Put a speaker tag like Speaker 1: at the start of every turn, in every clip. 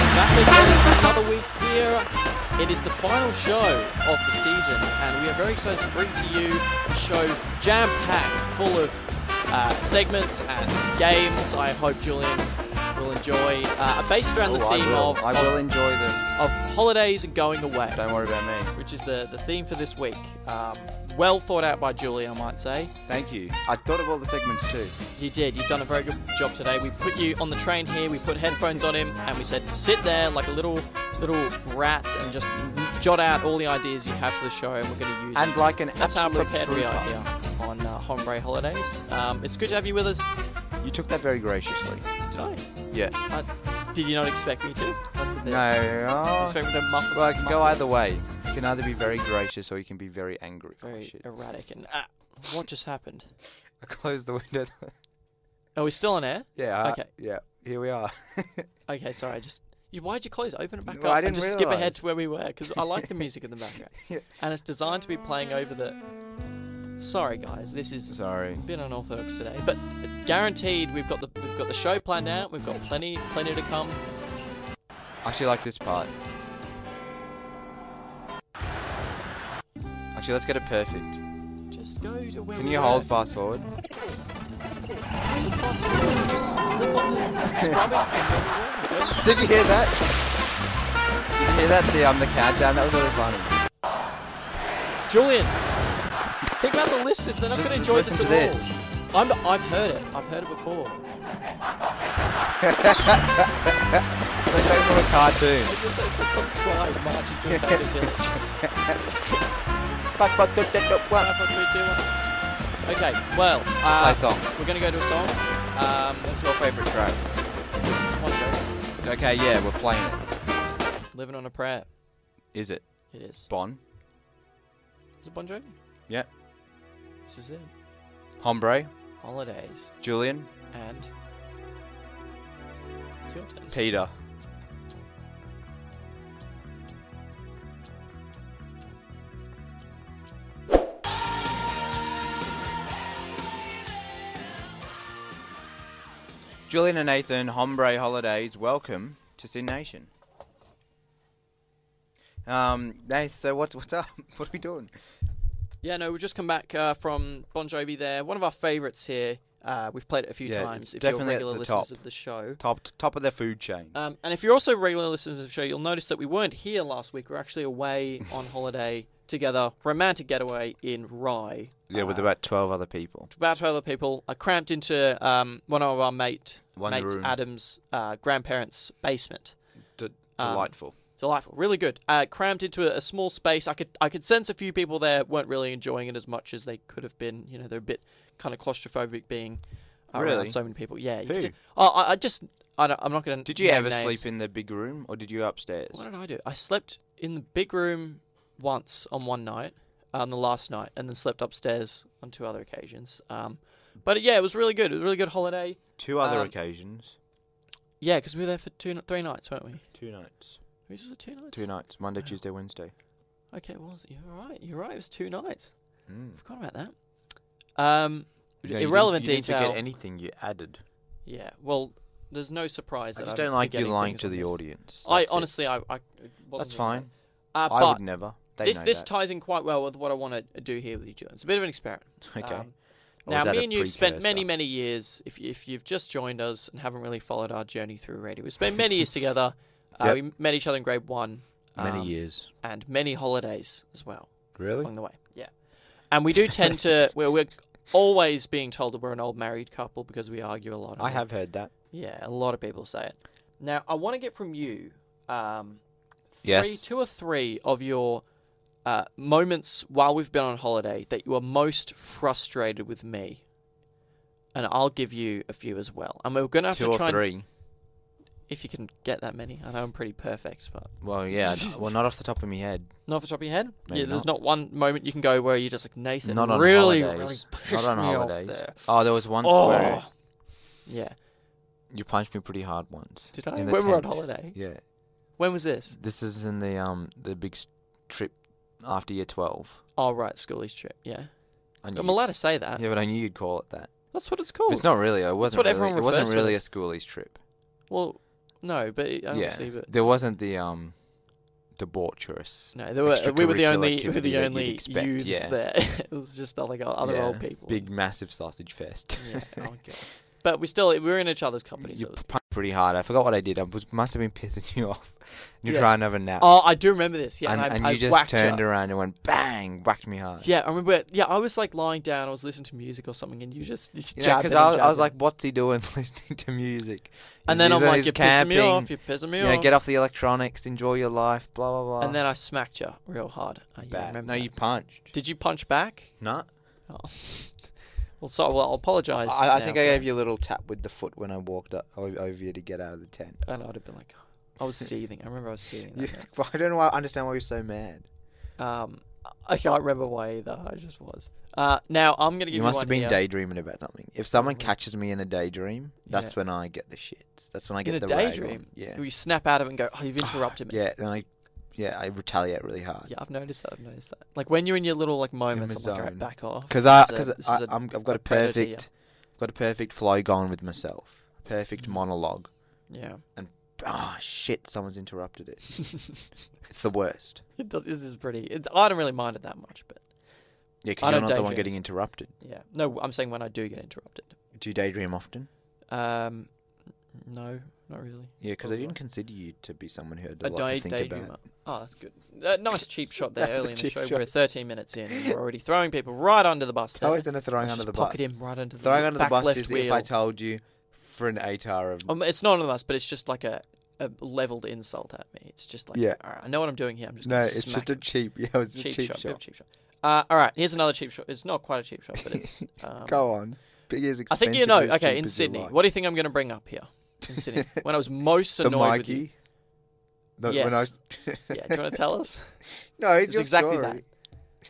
Speaker 1: another week here. It is the final show of the season, and we are very excited to bring to you a show jam packed, full of uh, segments and games. I hope Julian will enjoy, uh, based around the
Speaker 2: Oh, I
Speaker 1: theme
Speaker 2: will.
Speaker 1: of,
Speaker 2: I
Speaker 1: of,
Speaker 2: will enjoy them.
Speaker 1: of holidays and going away,
Speaker 2: Don't worry about me.
Speaker 1: which is the, the theme for this week. Um, well thought out by Julian, I might say.
Speaker 2: Thank you. I thought of all the segments too.
Speaker 1: You did. You've done a very good job today. We put you on the train here. We put headphones on him, and we said sit there like a little little rat and just jot out all the ideas you have for the show, and we're going to use.
Speaker 2: And like an
Speaker 1: that's how
Speaker 2: absolute
Speaker 1: prepared we are
Speaker 2: trooper.
Speaker 1: here on uh, Hombre Holidays. Um, it's good to have you with us.
Speaker 2: You took that very graciously.
Speaker 1: Did I?
Speaker 2: Yeah.
Speaker 1: I- Uh, did you not expect me to? That's the thing.
Speaker 2: No.
Speaker 1: You
Speaker 2: oh,
Speaker 1: Expect me to muff.
Speaker 2: well, I can go
Speaker 1: muff-
Speaker 2: either way. You can either be very gracious or you can be very angry. Oh,
Speaker 1: Very
Speaker 2: shit.
Speaker 1: erratic and ah, what just happened?
Speaker 2: I closed the window.
Speaker 1: Are we still on air?
Speaker 2: yeah. I-
Speaker 1: Okay.
Speaker 2: Yeah. Here we are.
Speaker 1: Okay, sorry. I just you, why'd you close? it? Open it back
Speaker 2: Well,
Speaker 1: up
Speaker 2: I
Speaker 1: and
Speaker 2: didn't
Speaker 1: just skip
Speaker 2: realise.
Speaker 1: ahead to where we were because I like the music in the background,
Speaker 2: Yeah.
Speaker 1: and it's designed to be playing over the. Sorry, guys, this is
Speaker 2: Sorry.
Speaker 1: been unorthodox today, but guaranteed we've got the we've got the show planned out. We've got plenty plenty to come.
Speaker 2: I Actually, like this part. Actually, let's get it perfect.
Speaker 1: Just go to where.
Speaker 2: Can
Speaker 1: we
Speaker 2: you
Speaker 1: were.
Speaker 2: hold fast forward?
Speaker 1: Hold fast forward, Just click on the scrubbing thing where we were. Don't-
Speaker 2: Did you hear that? Did you hear that? The um, the countdown. That was really funny.
Speaker 1: Julian, think about the listeners. They're not
Speaker 2: Just-
Speaker 1: going to
Speaker 2: just
Speaker 1: enjoy
Speaker 2: listen
Speaker 1: this
Speaker 2: to
Speaker 1: at
Speaker 2: this.
Speaker 1: all. I'm, I've heard it. I've heard it before.
Speaker 2: It's like something from a cartoon.
Speaker 1: It's, it's, it's some tribe marching to invade a village.
Speaker 2: Fuck, fuck, duck, duck, duck, fuck.
Speaker 1: That's what we do. Okay, well, uh,
Speaker 2: Play song.
Speaker 1: we're going to go to a song. Um,
Speaker 2: Your favourite track?
Speaker 1: it's a- one go.
Speaker 2: Okay, yeah, we're playing it.
Speaker 1: Living on a Prayer.
Speaker 2: Is it
Speaker 1: It is.
Speaker 2: Bon?
Speaker 1: Is it Bon Jovi?
Speaker 2: Yeah.
Speaker 1: This is it.
Speaker 2: Hombre?
Speaker 1: Holidays
Speaker 2: Julian?
Speaker 1: and. It's your turn.
Speaker 2: Peter? Julian and Nathan, Hombre Holidays, welcome to Sin Nation. Um, Nath, so what's, what's up? What are we doing?
Speaker 1: Yeah, no, we've just come back uh, from Bon Jovi there. One of our favourites here. Uh, we've played it a few
Speaker 2: Yeah,
Speaker 1: times
Speaker 2: it's
Speaker 1: if you're
Speaker 2: definitely at
Speaker 1: regular
Speaker 2: the
Speaker 1: listeners
Speaker 2: top.
Speaker 1: of the show.
Speaker 2: Top top of the food chain.
Speaker 1: Um, and if you're also regular listeners of the show, you'll notice that we weren't here last week. We're actually away on holiday together, romantic getaway in Rye.
Speaker 2: Yeah, with
Speaker 1: Uh,
Speaker 2: about twelve other people.
Speaker 1: about twelve other people. I cramped into um, one of our mate,
Speaker 2: One
Speaker 1: mate
Speaker 2: room.
Speaker 1: Adam's uh, grandparents' basement. um,
Speaker 2: Delightful.
Speaker 1: Delightful, really good. Uh, cramped into a, a small space. I could I could sense a few people there weren't really enjoying it as much as they could have been. You know, they're a bit kind of claustrophobic being around
Speaker 2: Really?
Speaker 1: so many people. Yeah. you
Speaker 2: Who?
Speaker 1: could ju- oh, I, I just I don't, I'm not going to.
Speaker 2: Did you ever sleep in the big room, or did you upstairs?
Speaker 1: What did I do? I slept in the big room once on one night, uh, on the last night, and then slept upstairs on two other occasions. Um, but yeah, it was really good. It was a really good holiday.
Speaker 2: Two other
Speaker 1: Um,
Speaker 2: occasions.
Speaker 1: Yeah, because we were there for two, three nights, weren't we?
Speaker 2: Two nights.
Speaker 1: Was it two nights?
Speaker 2: Two nights. Monday,
Speaker 1: Wow.
Speaker 2: Tuesday, Wednesday.
Speaker 1: Okay, well, you're right. You're right. It was two nights.
Speaker 2: Mm.
Speaker 1: Forgot about that. Um,
Speaker 2: No, you
Speaker 1: irrelevant
Speaker 2: didn't, you
Speaker 1: detail.
Speaker 2: Didn't forget anything you added.
Speaker 1: yeah. Well, there's no surprise.
Speaker 2: I
Speaker 1: that
Speaker 2: just
Speaker 1: I'm
Speaker 2: don't like you
Speaker 1: forgetting
Speaker 2: lying
Speaker 1: things
Speaker 2: to
Speaker 1: on
Speaker 2: the
Speaker 1: this.
Speaker 2: audience.
Speaker 1: I
Speaker 2: That's it.
Speaker 1: honestly, I, I it wasn't
Speaker 2: That's
Speaker 1: really
Speaker 2: fine.
Speaker 1: that. Uh,
Speaker 2: I
Speaker 1: but
Speaker 2: would never. They
Speaker 1: this
Speaker 2: know
Speaker 1: this
Speaker 2: that.
Speaker 1: ties in quite well with what I want to do here with you, Julian. It's a bit of an experiment.
Speaker 2: Okay.
Speaker 1: Um,
Speaker 2: Or
Speaker 1: now,
Speaker 2: was that
Speaker 1: me
Speaker 2: a
Speaker 1: and you've spent many,
Speaker 2: precursor?
Speaker 1: many years. If, if you've just joined us and haven't really followed our journey through radio, we spent many years together. Uh,
Speaker 2: Yep.
Speaker 1: We met each other in grade one. um,
Speaker 2: many years.
Speaker 1: And many holidays as well
Speaker 2: Really?
Speaker 1: along the way. Yeah. And we do tend to. we're, we're always being told that we're an old married couple because we argue a lot.
Speaker 2: I
Speaker 1: on it.
Speaker 2: have heard that.
Speaker 1: Yeah, a lot of people say it. Now, I want to get from you um, three,
Speaker 2: Yes.
Speaker 1: two or three of your uh, moments while we've been on holiday that you are most frustrated with me. And I'll give you a few as well. And we're going to have
Speaker 2: Two
Speaker 1: to
Speaker 2: or
Speaker 1: try
Speaker 2: three.
Speaker 1: If you can get that many, I know I'm pretty perfect, but
Speaker 2: Well, yeah. n- well, not off the top of my head.
Speaker 1: not off the top of your head.
Speaker 2: Maybe
Speaker 1: yeah, there's not. one moment you can go where you're just like Nathan.
Speaker 2: Not on
Speaker 1: really, really
Speaker 2: holidays.
Speaker 1: pissed
Speaker 2: Not on
Speaker 1: me
Speaker 2: holidays.
Speaker 1: off there.
Speaker 2: Oh, there was once
Speaker 1: Oh,
Speaker 2: where
Speaker 1: yeah.
Speaker 2: you punched me pretty hard once.
Speaker 1: Did I?
Speaker 2: in
Speaker 1: When
Speaker 2: the
Speaker 1: we were on
Speaker 2: tent.
Speaker 1: holiday.
Speaker 2: Yeah.
Speaker 1: When was this?
Speaker 2: This is in the um the big s- trip after year twelve.
Speaker 1: Oh, right, schoolies trip. Yeah,
Speaker 2: I knew
Speaker 1: I'm
Speaker 2: you-
Speaker 1: allowed to say that.
Speaker 2: Yeah, but I knew you'd call it that.
Speaker 1: That's what it's
Speaker 2: But
Speaker 1: called.
Speaker 2: It's not really. It wasn't.
Speaker 1: what
Speaker 2: really,
Speaker 1: everyone
Speaker 2: it wasn't
Speaker 1: refers to it
Speaker 2: really a
Speaker 1: as.
Speaker 2: schoolies trip.
Speaker 1: Well, no, but it- obviously,
Speaker 2: yeah,
Speaker 1: but
Speaker 2: there wasn't the um debaucherous.
Speaker 1: no, there were we were the
Speaker 2: extracurricular
Speaker 1: only we were the
Speaker 2: activity that you'd
Speaker 1: only youths
Speaker 2: expect, yeah.
Speaker 1: there. it was just like other
Speaker 2: Yeah,
Speaker 1: old people.
Speaker 2: Big massive sausage fest.
Speaker 1: yeah, oh god. But we still we were in each other's company.
Speaker 2: you
Speaker 1: So it was-
Speaker 2: punched pretty hard. I forgot what I did. I was, must have been pissing you off. You're
Speaker 1: Yeah.
Speaker 2: trying to have a nap.
Speaker 1: oh, I do remember this. Yeah,
Speaker 2: and,
Speaker 1: and, I,
Speaker 2: and
Speaker 1: I
Speaker 2: you just
Speaker 1: whacked
Speaker 2: turned
Speaker 1: her.
Speaker 2: around and went bang, whacked me hard.
Speaker 1: Yeah, I remember. Yeah, I was like lying down. I was listening to music or something, and you just you just
Speaker 2: because
Speaker 1: jabbed in
Speaker 2: I,
Speaker 1: and
Speaker 2: was- I was
Speaker 1: jabbed in.
Speaker 2: like, what's he doing listening to music?
Speaker 1: and
Speaker 2: He's-
Speaker 1: then
Speaker 2: he's
Speaker 1: I'm
Speaker 2: on
Speaker 1: like,
Speaker 2: his
Speaker 1: you're pissing me off. You're pissing me
Speaker 2: You
Speaker 1: off.
Speaker 2: know, get off the electronics, enjoy your life, blah blah blah.
Speaker 1: And then I smacked you real hard. I yeah,
Speaker 2: Bad.
Speaker 1: remember.
Speaker 2: No,
Speaker 1: that.
Speaker 2: you punched.
Speaker 1: did you punch back?
Speaker 2: No,
Speaker 1: Oh. well, so well, I'll apologise.
Speaker 2: I, I
Speaker 1: now
Speaker 2: think
Speaker 1: for
Speaker 2: I
Speaker 1: that.
Speaker 2: gave you a little tap with the foot when I walked up o- over you to get out of the tent.
Speaker 1: And I'd have been like, I was seething. I remember I was seething.
Speaker 2: You-
Speaker 1: That night.
Speaker 2: I don't know. Why, I understand why you're so mad.
Speaker 1: Um, I can't remember why either. I just was. Uh, now I'm gonna give you.
Speaker 2: You must
Speaker 1: one
Speaker 2: have been
Speaker 1: here.
Speaker 2: daydreaming about something. If someone
Speaker 1: Probably.
Speaker 2: catches me in a daydream, that's
Speaker 1: Yeah.
Speaker 2: when I get the shits. That's when I
Speaker 1: In
Speaker 2: get
Speaker 1: a
Speaker 2: the rag on.
Speaker 1: daydream?
Speaker 2: Yeah,
Speaker 1: You snap out of it and go, "Oh, you've interrupted me."
Speaker 2: yeah. Then I, yeah, I retaliate really hard.
Speaker 1: Yeah, I've noticed that. I've noticed that. Like when you're in your little like moments, I'm
Speaker 2: my
Speaker 1: like, all right,
Speaker 2: zone.
Speaker 1: back off.
Speaker 2: Because I,
Speaker 1: This is a-
Speaker 2: because
Speaker 1: this is
Speaker 2: I,
Speaker 1: a-
Speaker 2: I'm, I've got
Speaker 1: a
Speaker 2: a
Speaker 1: predator, yeah.
Speaker 2: perfect, got a perfect flow going with myself. Perfect
Speaker 1: Mhm.
Speaker 2: monologue.
Speaker 1: Yeah.
Speaker 2: Ah, shit! Someone's interrupted it. It's the worst.
Speaker 1: it does, this is pretty. It, I don't really mind it that much, but
Speaker 2: Yeah,
Speaker 1: I
Speaker 2: because you're
Speaker 1: don't
Speaker 2: not the one
Speaker 1: daydream.
Speaker 2: getting interrupted.
Speaker 1: yeah. No, I'm saying when I do get interrupted.
Speaker 2: Do you daydream often?
Speaker 1: Um, no, not really.
Speaker 2: Yeah, because I
Speaker 1: Probably.
Speaker 2: didn't consider you to be someone who had
Speaker 1: A
Speaker 2: a lot
Speaker 1: day
Speaker 2: to think
Speaker 1: daydreamer.
Speaker 2: about.
Speaker 1: Oh, that's good. Uh, nice cheap shot there
Speaker 2: That's a
Speaker 1: early in the
Speaker 2: cheap
Speaker 1: show.
Speaker 2: shot.
Speaker 1: We're 13 minutes in. And we're already throwing people right under the bus.
Speaker 2: I
Speaker 1: There.
Speaker 2: was in a throwing
Speaker 1: Let's
Speaker 2: under
Speaker 1: just
Speaker 2: the bus.
Speaker 1: Pocket him right under the
Speaker 2: Throwing under the
Speaker 1: back
Speaker 2: bus
Speaker 1: left
Speaker 2: is
Speaker 1: wheel.
Speaker 2: if I told you for an eight hour of
Speaker 1: Um, it's not under the bus, but it's just like a, a leveled insult at me. It's just like,
Speaker 2: Yeah.
Speaker 1: all right, I know what I'm doing here. I'm just
Speaker 2: no,
Speaker 1: gonna
Speaker 2: it's
Speaker 1: smack
Speaker 2: just a
Speaker 1: him."
Speaker 2: cheap. Yeah, it was just
Speaker 1: cheap,
Speaker 2: a cheap
Speaker 1: shot.
Speaker 2: shot.
Speaker 1: bit of cheap shot. Uh, all right, here's another cheap shot. It's not quite a cheap shot, but it's. Um,
Speaker 2: Go on, big is
Speaker 1: I
Speaker 2: expensive.
Speaker 1: think you know.
Speaker 2: but as
Speaker 1: Okay,
Speaker 2: cheap
Speaker 1: in
Speaker 2: as you
Speaker 1: Sydney,
Speaker 2: like.
Speaker 1: what do you think I'm going to bring up here? In Sydney, when I was most
Speaker 2: the
Speaker 1: annoyed with you.
Speaker 2: Mikey? The, when I
Speaker 1: Yes.
Speaker 2: was-
Speaker 1: Yeah, do you want to tell us?
Speaker 2: no, it's,
Speaker 1: It's
Speaker 2: your
Speaker 1: exactly
Speaker 2: story.
Speaker 1: that.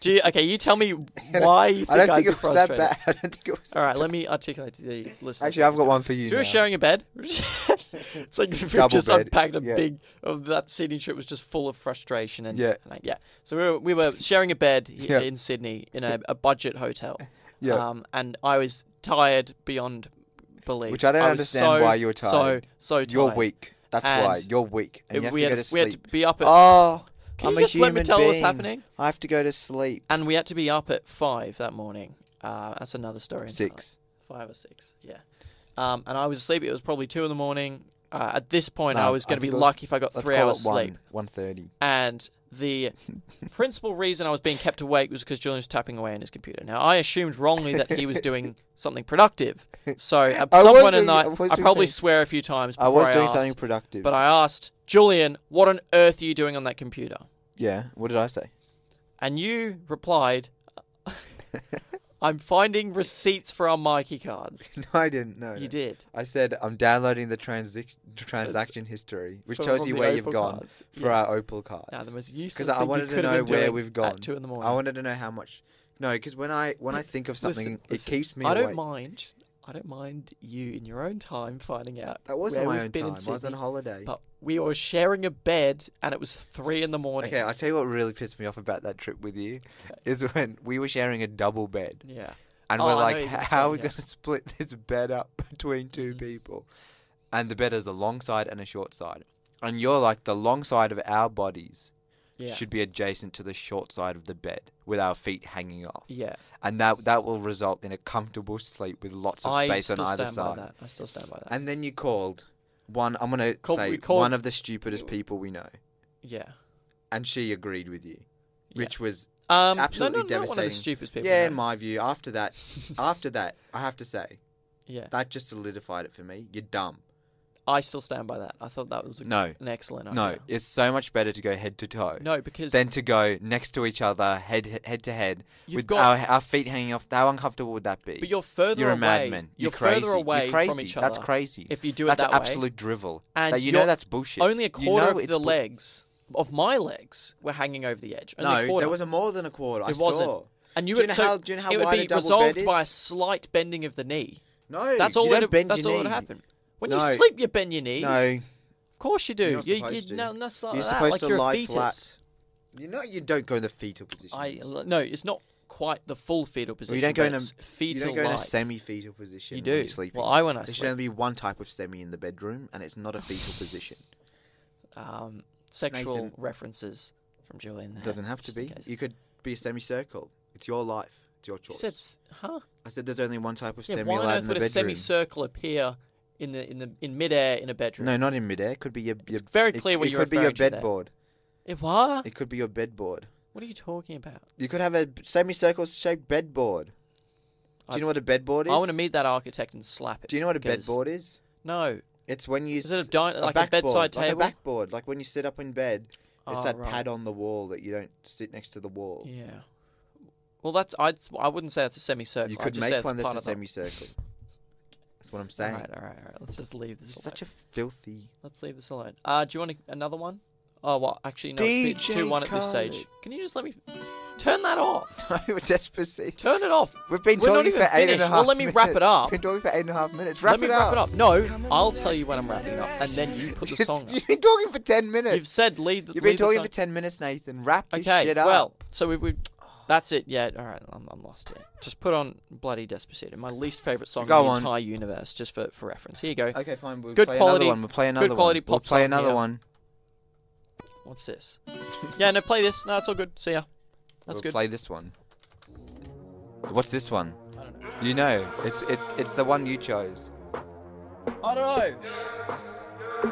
Speaker 1: Do you, okay, you tell me why you think
Speaker 2: I don't think
Speaker 1: would
Speaker 2: it
Speaker 1: be
Speaker 2: was that
Speaker 1: frustrated.
Speaker 2: bad. I don't think it was.
Speaker 1: All right, let me articulate to the listeners.
Speaker 2: Actually, I've got one for you.
Speaker 1: So we were
Speaker 2: now.
Speaker 1: sharing a bed. it's like we've
Speaker 2: Double
Speaker 1: just
Speaker 2: bed,
Speaker 1: unpacked a
Speaker 2: yeah.
Speaker 1: big of that Sydney trip was just full of frustration and
Speaker 2: Yeah.
Speaker 1: and like, yeah. So we were, we were sharing a bed i-
Speaker 2: Yeah.
Speaker 1: in Sydney in a, a budget hotel.
Speaker 2: Yeah.
Speaker 1: Um, and I was tired beyond belief.
Speaker 2: Which I don't
Speaker 1: was
Speaker 2: understand
Speaker 1: so,
Speaker 2: why you were tired.
Speaker 1: So so tired.
Speaker 2: You're weak. That's why
Speaker 1: And
Speaker 2: you're weak, and
Speaker 1: It-
Speaker 2: you have
Speaker 1: we
Speaker 2: to
Speaker 1: had
Speaker 2: go to
Speaker 1: we had to
Speaker 2: sleep.
Speaker 1: be up at.
Speaker 2: Oh,
Speaker 1: can
Speaker 2: I'm
Speaker 1: you
Speaker 2: a
Speaker 1: just let me
Speaker 2: human
Speaker 1: tell what's
Speaker 2: being.
Speaker 1: happening?
Speaker 2: I have to go to sleep.
Speaker 1: And we had to be up at five that morning. Uh, that's another story. entirely.
Speaker 2: Six.
Speaker 1: five or six. Yeah. Um, and I was asleep. It was probably two in the morning. Uh, at this point,
Speaker 2: No,
Speaker 1: I was
Speaker 2: I
Speaker 1: going to be
Speaker 2: think it was-
Speaker 1: lucky if I got
Speaker 2: Let's
Speaker 1: three
Speaker 2: call
Speaker 1: hours
Speaker 2: it one,
Speaker 1: sleep.
Speaker 2: One thirty.
Speaker 1: And the principal reason I was being kept awake was because Julian was tapping away on his computer. Now, I assumed wrongly that he was doing something productive. So at
Speaker 2: I
Speaker 1: some
Speaker 2: was
Speaker 1: point in
Speaker 2: doing-
Speaker 1: the night,
Speaker 2: I was
Speaker 1: I
Speaker 2: doing
Speaker 1: probably
Speaker 2: something-
Speaker 1: swear a few times before
Speaker 2: I was doing
Speaker 1: asked,
Speaker 2: something productive.
Speaker 1: But I asked, Julian, what on earth are you doing on that computer?
Speaker 2: yeah. What did I say?
Speaker 1: And you replied, I'm finding receipts for our Mikey cards.
Speaker 2: no, I didn't. No.
Speaker 1: You did.
Speaker 2: I said I'm downloading the transac- transaction history, which
Speaker 1: From-
Speaker 2: tells
Speaker 1: from
Speaker 2: you
Speaker 1: the
Speaker 2: where you've
Speaker 1: Opal
Speaker 2: gone
Speaker 1: cards.
Speaker 2: for
Speaker 1: Yeah.
Speaker 2: our Opal cards.
Speaker 1: No, the most useless
Speaker 2: because I
Speaker 1: thing you
Speaker 2: wanted to
Speaker 1: could've
Speaker 2: know
Speaker 1: been
Speaker 2: where
Speaker 1: doing
Speaker 2: we've
Speaker 1: At
Speaker 2: gone.
Speaker 1: two in the morning.
Speaker 2: I wanted to know how much. No, because when I when I think of something,
Speaker 1: Listen,
Speaker 2: it
Speaker 1: listen,
Speaker 2: keeps me
Speaker 1: I don't
Speaker 2: awake.
Speaker 1: mind. I don't mind you in your own time finding out.
Speaker 2: That wasn't
Speaker 1: where
Speaker 2: my
Speaker 1: we've
Speaker 2: own
Speaker 1: been
Speaker 2: time. I
Speaker 1: In
Speaker 2: was on
Speaker 1: Sydney,
Speaker 2: holiday.
Speaker 1: but we were sharing a bed, and it was three in the morning.
Speaker 2: Okay, I'll tell you what really pissed me off about that trip with you is when we were sharing a double bed.
Speaker 1: yeah.
Speaker 2: And
Speaker 1: Oh, I
Speaker 2: we're
Speaker 1: know
Speaker 2: like,
Speaker 1: what
Speaker 2: "H-
Speaker 1: you're gonna say,
Speaker 2: how are we
Speaker 1: yeah.
Speaker 2: going to split this bed up between 2
Speaker 1: Mhm.
Speaker 2: people? And the bed is a long side and a short side. And you're like, the long side of our bodies
Speaker 1: Yeah.
Speaker 2: should be adjacent to the short side of the bed with our feet hanging off.
Speaker 1: yeah.
Speaker 2: And that that will result in a comfortable sleep with lots of
Speaker 1: I
Speaker 2: space
Speaker 1: still
Speaker 2: on either
Speaker 1: stand by
Speaker 2: side.
Speaker 1: that. I still stand by that.
Speaker 2: And then you called one, I'm going to
Speaker 1: Called-
Speaker 2: say,
Speaker 1: we called-
Speaker 2: one of the stupidest people we know.
Speaker 1: yeah.
Speaker 2: And she agreed with you,
Speaker 1: Yeah.
Speaker 2: which was,
Speaker 1: Um, no, no,
Speaker 2: absolutely
Speaker 1: Not one of
Speaker 2: devastating.
Speaker 1: the stupidest people.
Speaker 2: yeah,
Speaker 1: no.
Speaker 2: in my view. After that, after that, I have to say,
Speaker 1: yeah.
Speaker 2: that just solidified it for me. You're dumb.
Speaker 1: I still stand by that. I thought that was a,
Speaker 2: No.
Speaker 1: an excellent idea.
Speaker 2: No, it's so much better to go head to toe
Speaker 1: No, because
Speaker 2: than to go next to each other, head head to head,
Speaker 1: You've
Speaker 2: with
Speaker 1: got-
Speaker 2: our, our feet hanging off. How uncomfortable would that be?
Speaker 1: but you're further
Speaker 2: You're a
Speaker 1: away.
Speaker 2: madman.
Speaker 1: You're,
Speaker 2: You're, crazy.
Speaker 1: further away
Speaker 2: You're crazy.
Speaker 1: from each other.
Speaker 2: That's crazy.
Speaker 1: If you do it
Speaker 2: that's
Speaker 1: that way.
Speaker 2: absolute drivel.
Speaker 1: And
Speaker 2: That- you
Speaker 1: you're-
Speaker 2: know that's bullshit.
Speaker 1: Only a
Speaker 2: You
Speaker 1: quarter
Speaker 2: know
Speaker 1: of
Speaker 2: it's
Speaker 1: the
Speaker 2: bull-
Speaker 1: legs of my legs were hanging over the edge. Only a
Speaker 2: No,
Speaker 1: quarter.
Speaker 2: there wasn't more than a quarter. I
Speaker 1: It wasn't.
Speaker 2: saw.
Speaker 1: And you
Speaker 2: Do you
Speaker 1: would
Speaker 2: know
Speaker 1: so
Speaker 2: how- do you know how
Speaker 1: it would
Speaker 2: wide a
Speaker 1: be
Speaker 2: double
Speaker 1: resolved
Speaker 2: bed
Speaker 1: by a
Speaker 2: is?
Speaker 1: slight bending of the knee.
Speaker 2: No,
Speaker 1: That's
Speaker 2: you
Speaker 1: all.
Speaker 2: don't
Speaker 1: that,
Speaker 2: bend your
Speaker 1: that's all that
Speaker 2: knee.
Speaker 1: happened. When
Speaker 2: No.
Speaker 1: you sleep, you bend your knees.
Speaker 2: No,
Speaker 1: Of course you do.
Speaker 2: You're not
Speaker 1: you,
Speaker 2: supposed
Speaker 1: you,
Speaker 2: to.
Speaker 1: no, that's not
Speaker 2: You're
Speaker 1: that.
Speaker 2: supposed
Speaker 1: like
Speaker 2: to
Speaker 1: you're a
Speaker 2: lie
Speaker 1: fetus.
Speaker 2: flat. you know you don't go in the fetal position.
Speaker 1: I no, it's not quite the full fetal position.
Speaker 2: you don't go
Speaker 1: but
Speaker 2: in a
Speaker 1: it's
Speaker 2: you
Speaker 1: fetal
Speaker 2: don't go in a
Speaker 1: like.
Speaker 2: semi-fetal position.
Speaker 1: You
Speaker 2: When
Speaker 1: do.
Speaker 2: you're sleeping.
Speaker 1: Well, I when I
Speaker 2: There's
Speaker 1: sleep,
Speaker 2: only be one type of semi in the bedroom, and it's not a fetal position.
Speaker 1: um, sexual
Speaker 2: Nathan-
Speaker 1: references from Julian. there,
Speaker 2: It doesn't have to
Speaker 1: just in
Speaker 2: be.
Speaker 1: case.
Speaker 2: You could be a semicircle. It's your life. It's your
Speaker 1: He
Speaker 2: choice.
Speaker 1: said, s- "Huh?
Speaker 2: I said there's only one type of
Speaker 1: Yeah,
Speaker 2: semi
Speaker 1: why on
Speaker 2: allowed
Speaker 1: earth
Speaker 2: in the
Speaker 1: would a
Speaker 2: bedroom.
Speaker 1: semicircle appear in the in the in midair in a bedroom?
Speaker 2: No, not in midair. It could be your. your
Speaker 1: it's very
Speaker 2: it-
Speaker 1: clear what
Speaker 2: it
Speaker 1: you're
Speaker 2: could be your
Speaker 1: referring to there.
Speaker 2: bedboard.
Speaker 1: It, what?
Speaker 2: It could be your bedboard.
Speaker 1: What are you talking about?
Speaker 2: You could have a semicircle shaped bedboard. Do
Speaker 1: I-
Speaker 2: you know what a bedboard is?
Speaker 1: I want to meet that architect and slap it.
Speaker 2: Do you know what a
Speaker 1: because-
Speaker 2: bedboard is?
Speaker 1: No,
Speaker 2: It's when you
Speaker 1: is it a
Speaker 2: s-
Speaker 1: din- like a
Speaker 2: backboard,
Speaker 1: bedside
Speaker 2: like
Speaker 1: table?
Speaker 2: a backboard, like when you sit up in bed. It's
Speaker 1: Oh,
Speaker 2: that
Speaker 1: right.
Speaker 2: pad on the wall that you don't sit next to the wall.
Speaker 1: Yeah. Well, that's I. I wouldn't say it's a semicircle.
Speaker 2: You
Speaker 1: I'd
Speaker 2: could
Speaker 1: just say
Speaker 2: make
Speaker 1: it's
Speaker 2: one
Speaker 1: part
Speaker 2: that's a
Speaker 1: of the-
Speaker 2: semicircle. That's what I'm saying.
Speaker 1: All right, all right, all right. Let's just leave this.
Speaker 2: It's
Speaker 1: alone.
Speaker 2: such a filthy.
Speaker 1: Let's leave this alone. Uh, do you want a, another one? Oh, well, actually, no, it's
Speaker 2: DJ
Speaker 1: 2 1 at this stage. Can you just let me. Turn that off!
Speaker 2: No, desperately.
Speaker 1: Turn it off!
Speaker 2: We've been
Speaker 1: We're not
Speaker 2: talking
Speaker 1: even
Speaker 2: for eight and
Speaker 1: finished.
Speaker 2: a half.
Speaker 1: Well, let me wrap it
Speaker 2: minutes.
Speaker 1: up.
Speaker 2: We've been talking for eight and a half minutes.
Speaker 1: let
Speaker 2: Wrap
Speaker 1: me
Speaker 2: it
Speaker 1: wrap
Speaker 2: up.
Speaker 1: it up. No, I'll tell you when I'm wrapping up, and then you put the
Speaker 2: You've-
Speaker 1: song up.
Speaker 2: You've been talking for ten minutes.
Speaker 1: You've said lead the
Speaker 2: You've been
Speaker 1: lead the
Speaker 2: talking
Speaker 1: song-
Speaker 2: for ten minutes, Nathan. Wrap this
Speaker 1: Okay,
Speaker 2: shit up.
Speaker 1: well, so we. we that's it, yeah. Alright, I'm, I'm lost here. Just put on Bloody Despacito, my least favourite song
Speaker 2: Go
Speaker 1: in the
Speaker 2: on.
Speaker 1: entire universe, just for, for reference. Here you go.
Speaker 2: okay, fine. We'll
Speaker 1: Good
Speaker 2: play
Speaker 1: quality-
Speaker 2: Another one. We'll play another
Speaker 1: quality
Speaker 2: one. We'll
Speaker 1: pop
Speaker 2: play
Speaker 1: song
Speaker 2: another
Speaker 1: here.
Speaker 2: one.
Speaker 1: What's this? Yeah, no, play this. No, it's all good. See ya. That's
Speaker 2: we'll
Speaker 1: good.
Speaker 2: Play this one. What's this one?
Speaker 1: I don't know.
Speaker 2: You know, it's it, it's the one you chose.
Speaker 1: I don't know.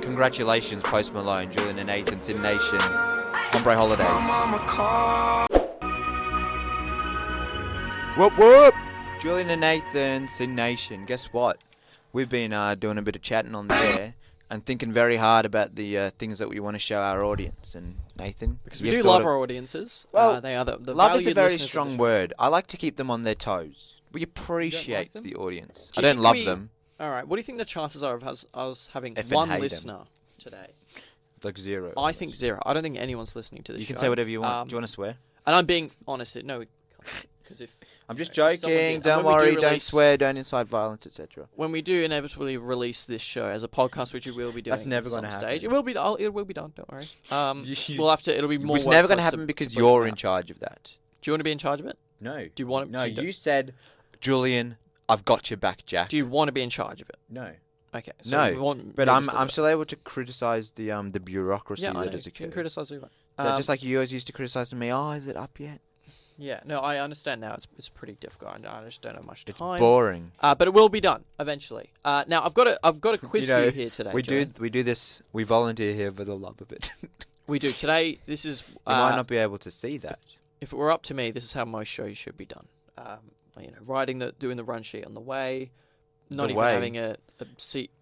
Speaker 2: Congratulations, Post Malone, Julian and Nathan, Sin Nation, Hombre Holidays. Whoop whoop! Julian and Nathan, Sin Nation. Guess what? We've been uh, doing a bit of chatting on there and thinking very hard about the uh, things that we want to show our audience. And Nathan,
Speaker 1: Because we
Speaker 2: you've
Speaker 1: do
Speaker 2: thought
Speaker 1: love
Speaker 2: of-
Speaker 1: our audiences.
Speaker 2: Well,
Speaker 1: uh, they are the, the
Speaker 2: love is
Speaker 1: valued
Speaker 2: a very
Speaker 1: listeners of the
Speaker 2: strong
Speaker 1: show.
Speaker 2: word. I like to keep them on their toes. We appreciate
Speaker 1: them?
Speaker 2: the audience.
Speaker 1: Do
Speaker 2: I
Speaker 1: you
Speaker 2: don't
Speaker 1: think
Speaker 2: love
Speaker 1: we-
Speaker 2: them.
Speaker 1: All right. What do you think the chances are of us, us having
Speaker 2: Effing
Speaker 1: one
Speaker 2: hate 'em.
Speaker 1: listener today?
Speaker 2: Like zero.
Speaker 1: I think zero. I don't think anyone's listening to this.
Speaker 2: you can
Speaker 1: show.
Speaker 2: say whatever you want. do you
Speaker 1: Um,
Speaker 2: want to swear?
Speaker 1: And I'm being honest. here. No, we can't. Because if
Speaker 2: I'm just
Speaker 1: Alright, if someone
Speaker 2: joking.
Speaker 1: did- and
Speaker 2: Don't
Speaker 1: when we do
Speaker 2: worry. don't
Speaker 1: release-
Speaker 2: swear. Don't incite violence, etc.
Speaker 1: when we do inevitably release this show as a podcast, which we will be doing,
Speaker 2: That's never
Speaker 1: at some
Speaker 2: gonna happen.
Speaker 1: stage. It will be. I'll, it will be done. Don't worry. Um,
Speaker 2: You- you-
Speaker 1: we'll have to. It'll be more.
Speaker 2: It's
Speaker 1: work
Speaker 2: never
Speaker 1: going to
Speaker 2: happen because
Speaker 1: to put
Speaker 2: you're
Speaker 1: it
Speaker 2: in
Speaker 1: out.
Speaker 2: charge of that.
Speaker 1: Do you want to be in charge of it?
Speaker 2: No.
Speaker 1: Do you want?
Speaker 2: No.
Speaker 1: to,
Speaker 2: You said, Julian, I've got your back, Jack.
Speaker 1: Do you want to be in charge of it?
Speaker 2: no.
Speaker 1: Okay. So
Speaker 2: No,
Speaker 1: we want
Speaker 2: But
Speaker 1: me to
Speaker 2: I'm
Speaker 1: still
Speaker 2: I'm
Speaker 1: do it.
Speaker 2: still able to criticize the um the bureaucracy
Speaker 1: Yeah, I know.
Speaker 2: that has
Speaker 1: You can
Speaker 2: occurred.
Speaker 1: criticize who you want.
Speaker 2: That-
Speaker 1: Um,
Speaker 2: just like you always used to criticize me. Oh, is it up yet?
Speaker 1: Yeah, no, I understand now. It's, it's pretty difficult. I I just don't have much
Speaker 2: It's
Speaker 1: time.
Speaker 2: boring.
Speaker 1: uh, but it will be done eventually. Uh, now I've got a I've got a quiz for
Speaker 2: know,
Speaker 1: you here today.
Speaker 2: we do
Speaker 1: Joey.
Speaker 2: we do this. We volunteer here for the love of it. you
Speaker 1: we do today. This is
Speaker 2: might
Speaker 1: uh,
Speaker 2: not be able to see that.
Speaker 1: if it were up to me, this is how most shows should be done. Um, you know, writing the doing the run sheet on the way, not
Speaker 2: The
Speaker 1: even
Speaker 2: way.
Speaker 1: having a, a seat.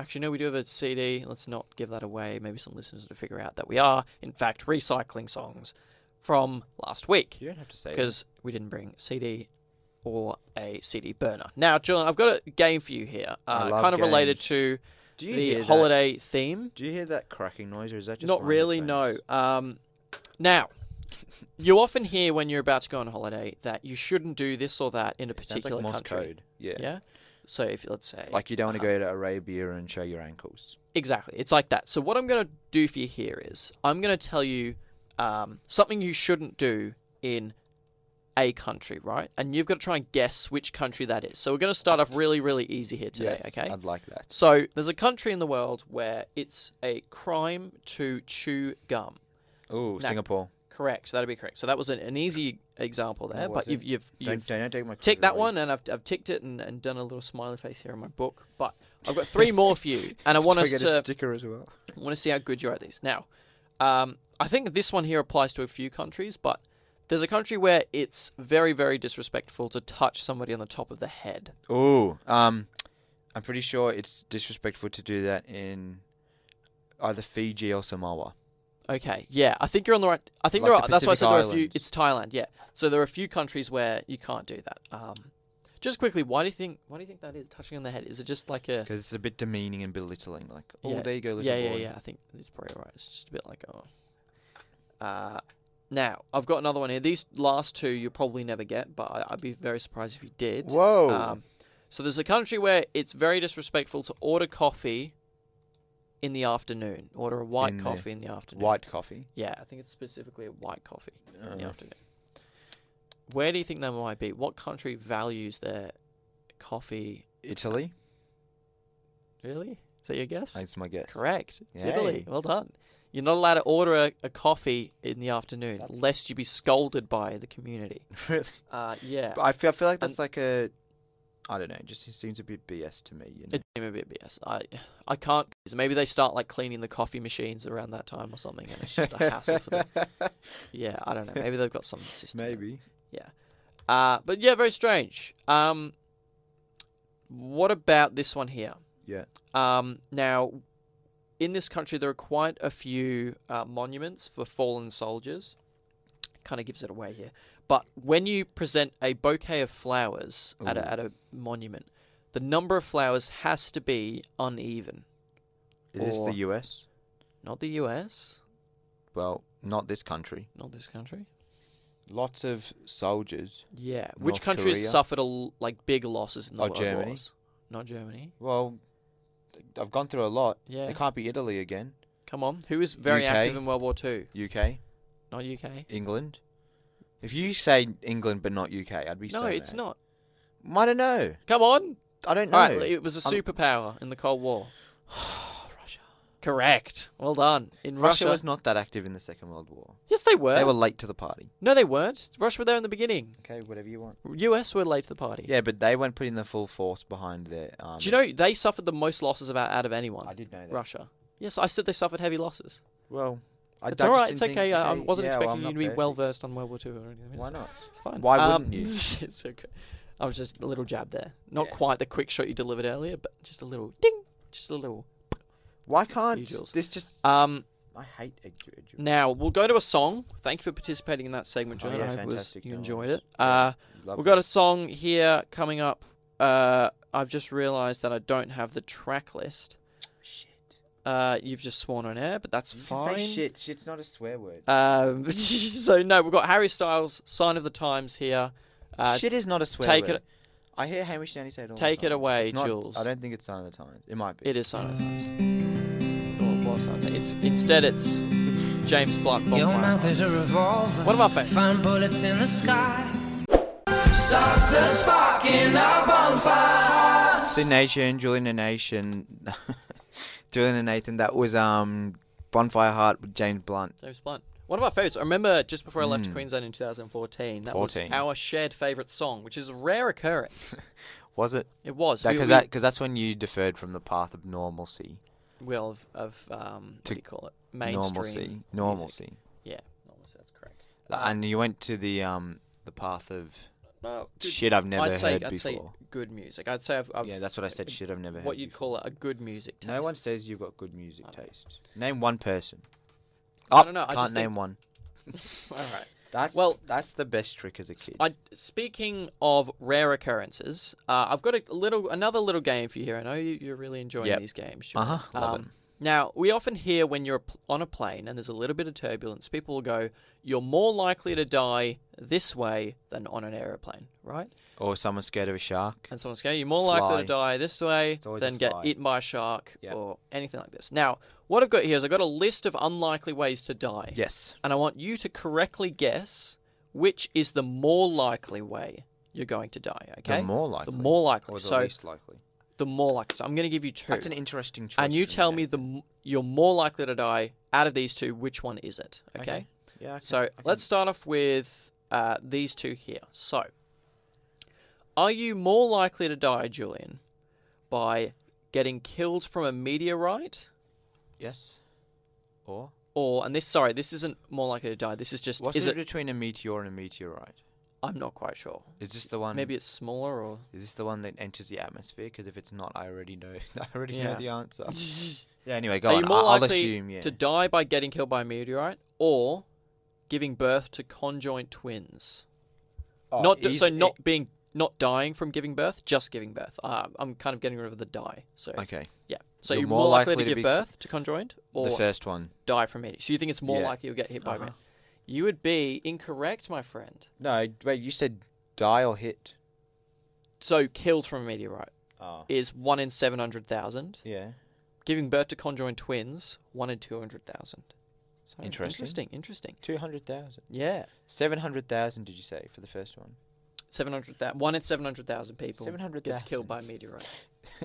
Speaker 1: Actually, no, we do have a CD. Let's not give that away. Maybe some listeners will figure out that we are, in fact, recycling songs from last week.
Speaker 2: You don't have to say that.
Speaker 1: because we didn't bring CD or a CD burner. Now, Julian, I've got a game for you here,
Speaker 2: I
Speaker 1: uh,
Speaker 2: love
Speaker 1: kind of related
Speaker 2: games.
Speaker 1: to
Speaker 2: Do you hear
Speaker 1: the
Speaker 2: that?
Speaker 1: holiday theme.
Speaker 2: Do you hear that cracking noise, or is that just
Speaker 1: Not
Speaker 2: my
Speaker 1: really, no.
Speaker 2: headphones?
Speaker 1: Um, now, you often hear when you're about to go on holiday that you shouldn't do this or that in a
Speaker 2: Sounds
Speaker 1: particular
Speaker 2: like Morse
Speaker 1: country.
Speaker 2: code. Yeah.
Speaker 1: Yeah. So if let's say
Speaker 2: Like you don't want
Speaker 1: uh,
Speaker 2: to go to Arabia and show your ankles.
Speaker 1: Exactly. It's like that. So what I'm going to do for you here is I'm going to tell you um, something you shouldn't do in a country, right? And you've got to try and guess which country that is. So we're going to start off really, really easy here today, okay?
Speaker 2: I'd like that.
Speaker 1: So there's a country in the world where it's a crime to chew gum.
Speaker 2: Oh,
Speaker 1: Now,
Speaker 2: Singapore.
Speaker 1: Correct. That'd be correct. So that was an, an easy example there,
Speaker 2: was
Speaker 1: but
Speaker 2: it?
Speaker 1: you've you've,
Speaker 2: Don't,
Speaker 1: you've
Speaker 2: don't take my
Speaker 1: ticked that
Speaker 2: credit
Speaker 1: one, and I've I've ticked it and, and done a little smiley face here in my book. But I've got three more for you, and I want
Speaker 2: away.
Speaker 1: us
Speaker 2: Do I get
Speaker 1: to
Speaker 2: a sticker as well.
Speaker 1: I want to see how good you're at these. Now, um, I think this one here applies to a few countries, but There's a country where it's very, very disrespectful to touch somebody on the top of the head.
Speaker 2: Ooh, um, I'm pretty sure it's disrespectful to do that in either Fiji or Samoa.
Speaker 1: Okay, yeah, I think you're on the right. I think
Speaker 2: Like
Speaker 1: there are.
Speaker 2: the
Speaker 1: that's why I
Speaker 2: Pacific
Speaker 1: said there are a few.
Speaker 2: Islands.
Speaker 1: It's Thailand, yeah. So there are a few countries where you can't do that. Um, just quickly, why do you think? Why do you think that is touching on the head? Is it just like a?
Speaker 2: Because it's a bit demeaning and belittling. Like, oh,
Speaker 1: Yeah.
Speaker 2: there you go, little
Speaker 1: Yeah, yeah,
Speaker 2: boy.
Speaker 1: yeah. I think it's probably right. It's just a bit like oh. Uh, now I've got another one here. These last two you probably never get, but I, I'd be very surprised if you did.
Speaker 2: Whoa.
Speaker 1: Um, so there's a country where it's very disrespectful to order coffee in the afternoon. Order a white
Speaker 2: In the-
Speaker 1: coffee in the afternoon.
Speaker 2: White coffee.
Speaker 1: Yeah, I think it's specifically a white coffee in the
Speaker 2: Uh,
Speaker 1: afternoon. Where do you think that might be? What country values their coffee?
Speaker 2: Italy.
Speaker 1: Really? Is that your guess?
Speaker 2: That's my guess.
Speaker 1: Correct. It's Italy.
Speaker 2: Yay.
Speaker 1: Well done. You're not allowed to order a, a coffee in the afternoon lest you be scolded by the community.
Speaker 2: Really?
Speaker 1: Uh, yeah.
Speaker 2: But I feel, I feel like that's
Speaker 1: And-
Speaker 2: like a. I don't know. It just seems a bit BS to me. You know?
Speaker 1: It's a bit BS. I, I can't. so maybe they start like cleaning the coffee machines around that time or something, and it's just a hassle for them. Yeah, I don't know. Maybe they've got some system. there.
Speaker 2: Maybe.
Speaker 1: Uh, but yeah, very strange. Um, what about this one here?
Speaker 2: Yeah.
Speaker 1: Um, now, in this country, there are quite a few uh, monuments for fallen soldiers. Kind of gives it away here. But when you present a bouquet of flowers at
Speaker 2: Ooh.
Speaker 1: a, at a monument, the number of flowers has to be uneven.
Speaker 2: Is this
Speaker 1: Or-
Speaker 2: the US?
Speaker 1: Not the US,
Speaker 2: Well, not this country.
Speaker 1: not this country.
Speaker 2: Lots of soldiers.
Speaker 1: Yeah. Which
Speaker 2: North
Speaker 1: country
Speaker 2: Korea?
Speaker 1: has suffered a l- like big losses in the
Speaker 2: Oh,
Speaker 1: world
Speaker 2: Germany?
Speaker 1: wars? Not Germany.
Speaker 2: Well, I've gone through a lot.
Speaker 1: Yeah.
Speaker 2: It can't be Italy again.
Speaker 1: Come on, who was very
Speaker 2: UK?
Speaker 1: active in World War Two?
Speaker 2: UK,
Speaker 1: Not UK.
Speaker 2: England. If you say England but not UK, I'd be
Speaker 1: No,
Speaker 2: so
Speaker 1: it's
Speaker 2: mad.
Speaker 1: not.
Speaker 2: I don't know.
Speaker 1: Come on.
Speaker 2: I don't know.
Speaker 1: All right, it was a
Speaker 2: I'm-
Speaker 1: superpower in the Cold War. Correct. Well done. In Russia,
Speaker 2: Russia was not that active in the Second World War.
Speaker 1: yes, they were.
Speaker 2: They were late to the party.
Speaker 1: No, they weren't. Russia were there in the beginning.
Speaker 2: Okay, whatever you want.
Speaker 1: U.S. were late to the party.
Speaker 2: Yeah, but they weren't putting the full force behind their army.
Speaker 1: Do you know they suffered the most losses about out of anyone?
Speaker 2: I did know that.
Speaker 1: Russia. Yes, I said they suffered heavy losses.
Speaker 2: Well, I,
Speaker 1: it's
Speaker 2: I
Speaker 1: all
Speaker 2: just
Speaker 1: right. It's
Speaker 2: didn't
Speaker 1: okay. uh,
Speaker 2: think-
Speaker 1: I I wasn't
Speaker 2: yeah, well,
Speaker 1: expecting
Speaker 2: I'm
Speaker 1: you
Speaker 2: not
Speaker 1: to be well
Speaker 2: perfect.
Speaker 1: versed on World War Two or anything.
Speaker 2: Why
Speaker 1: It's-
Speaker 2: not?
Speaker 1: It's fine.
Speaker 2: Why
Speaker 1: Um,
Speaker 2: wouldn't you?
Speaker 1: it's okay. I was just a little jab there. Not
Speaker 2: Yeah.
Speaker 1: quite the quick shot you delivered earlier, but just a little ding. Just a little.
Speaker 2: Why can't
Speaker 1: Usuals.
Speaker 2: this just?
Speaker 1: Um,
Speaker 2: I hate egg Jewish.
Speaker 1: Now we'll go to a song. Thank you for participating in that segment,
Speaker 2: Oh,
Speaker 1: John.
Speaker 2: yeah,
Speaker 1: I hope it was,
Speaker 2: fantastic.
Speaker 1: you
Speaker 2: No
Speaker 1: enjoyed it.
Speaker 2: worries.
Speaker 1: Uh,
Speaker 2: Love
Speaker 1: we've got a
Speaker 2: this.
Speaker 1: song here coming up. Uh, I've just realised that I don't have the track list.
Speaker 2: Shit.
Speaker 1: Uh, you've just sworn on air, but that's
Speaker 2: You can
Speaker 1: fine.
Speaker 2: Say shit. Shit's not a swear word.
Speaker 1: Um, so no, we've got Harry Styles, "Sign of the Times" here. Uh,
Speaker 2: shit is not a swear
Speaker 1: take
Speaker 2: word.
Speaker 1: it-
Speaker 2: I hear Hamish Nanny say it all the
Speaker 1: take it
Speaker 2: time.
Speaker 1: away,
Speaker 2: It's not-
Speaker 1: Jules.
Speaker 2: I don't think it's Sign of the Times. It might be.
Speaker 1: it is "Sign of the Times." Or it was Sign of the Times. It's instead it's James Blunt. Bob
Speaker 3: Your
Speaker 1: Marley.
Speaker 3: mouth is a revolver.
Speaker 1: One of our favorites.
Speaker 3: Find bullets in the sky.
Speaker 2: The Nation, Julian and Nation, Julian and Nathan. That was um Bonfire Heart with James Blunt.
Speaker 1: James Blunt. One of our favourites. I remember just before I left
Speaker 2: Mm.
Speaker 1: Queensland in 2014, that was
Speaker 2: 14.
Speaker 1: our shared favourite song, which is a rare occurrence.
Speaker 2: Was it?
Speaker 1: it was.
Speaker 2: Because
Speaker 1: we, we,
Speaker 2: that, because that's when you deferred from the path of normalcy,
Speaker 1: well, of, of um, what
Speaker 2: To
Speaker 1: do you call it? Mainstream.
Speaker 2: normalcy, normalcy,
Speaker 1: Yeah, normalcy, that's correct.
Speaker 2: and you went to the um the path of
Speaker 1: No, good-
Speaker 2: shit I've never
Speaker 1: I'd say,
Speaker 2: heard
Speaker 1: I'd say
Speaker 2: before.
Speaker 1: good music. I'd say I've, I've
Speaker 2: yeah, that's what I said. Shit I've never heard.
Speaker 1: what you'd call
Speaker 2: before.
Speaker 1: it a good music taste.
Speaker 2: No one says you've got good music
Speaker 1: Okay.
Speaker 2: taste. Name one person. Oh,
Speaker 1: I don't know, I
Speaker 2: can't
Speaker 1: just
Speaker 2: name
Speaker 1: think-
Speaker 2: one.
Speaker 1: All right.
Speaker 2: That's
Speaker 1: Well-
Speaker 2: well, that's the best trick as a kid.
Speaker 1: I, speaking of rare occurrences, uh, I've got a little another little game for you here. I know you, you're really enjoying
Speaker 2: Yep.
Speaker 1: these games. Sean.
Speaker 2: Uh-huh, love it.
Speaker 1: Now, we often hear when you're pl- on a plane and there's a little bit of turbulence, people will go, You're more likely to die this way than on an aeroplane, right?
Speaker 2: Or someone's scared of a shark.
Speaker 1: And someone's going, You're more likely to die this way
Speaker 2: It's always a
Speaker 1: than get
Speaker 2: fly.
Speaker 1: eaten by a shark
Speaker 2: Yep.
Speaker 1: or anything like this. Now, what I've got here is I've got a list of unlikely ways to die.
Speaker 2: Yes.
Speaker 1: And I want you to correctly guess which is the more likely way you're going to die, okay?
Speaker 2: The more likely.
Speaker 1: The more likely.
Speaker 2: Or the
Speaker 1: so
Speaker 2: least likely.
Speaker 1: the more likely. So I'm going to give you two.
Speaker 2: That's an interesting choice.
Speaker 1: and you
Speaker 2: for
Speaker 1: tell
Speaker 2: now.
Speaker 1: me the m- you're more likely to die out of these two. Which one is it? Okay.
Speaker 2: Yeah. okay,
Speaker 1: So
Speaker 2: I can-
Speaker 1: let's start off with uh, these two here. So, are you more likely to die, Julian, by getting killed from a meteorite
Speaker 2: Yes. Or
Speaker 1: or and this sorry, this isn't more likely to die. This is just
Speaker 2: What's
Speaker 1: is
Speaker 2: the
Speaker 1: it?
Speaker 2: difference between a meteor and a meteorite?
Speaker 1: I'm not quite sure.
Speaker 2: Is this the one?
Speaker 1: Maybe it's smaller or
Speaker 2: Is this the one that enters the atmosphere? Because if it's not, I already know. I already
Speaker 1: Yeah.
Speaker 2: know the answer. yeah. Anyway, go
Speaker 1: Are
Speaker 2: on.
Speaker 1: you more
Speaker 2: I'll, I'll
Speaker 1: likely
Speaker 2: assume. Yeah.
Speaker 1: to die by getting killed by a meteorite or giving birth to conjoined twins?
Speaker 2: Oh,
Speaker 1: not d-
Speaker 2: eas-
Speaker 1: so
Speaker 2: e-
Speaker 1: not being not dying from giving birth, just giving birth. Uh, I'm kind of getting rid of the die. So
Speaker 2: Okay.
Speaker 1: yeah, so
Speaker 2: You're
Speaker 1: you're,
Speaker 2: more
Speaker 1: more likely,
Speaker 2: likely to
Speaker 1: to
Speaker 2: be
Speaker 1: give birth to conjoined
Speaker 2: The
Speaker 1: or
Speaker 2: first one.
Speaker 1: die from meteor. So you think it's more
Speaker 2: Yeah.
Speaker 1: likely you'll get hit by a
Speaker 2: Uh-huh.
Speaker 1: meteor? You would be incorrect, my friend.
Speaker 2: No, wait. You said die or hit.
Speaker 1: So killed from a meteorite
Speaker 2: Oh.
Speaker 1: is one in seven hundred thousand.
Speaker 2: Yeah.
Speaker 1: Giving birth to conjoined twins, one in two hundred thousand. So
Speaker 2: Interesting.
Speaker 1: Interesting. Interesting.
Speaker 2: Two hundred thousand.
Speaker 1: Yeah.
Speaker 2: Seven hundred thousand. Did you say for the first one?
Speaker 1: Seven hundred thousand. One in seven hundred thousand people
Speaker 2: Seven hundred
Speaker 1: gets
Speaker 2: thousand.
Speaker 1: killed by a meteorite.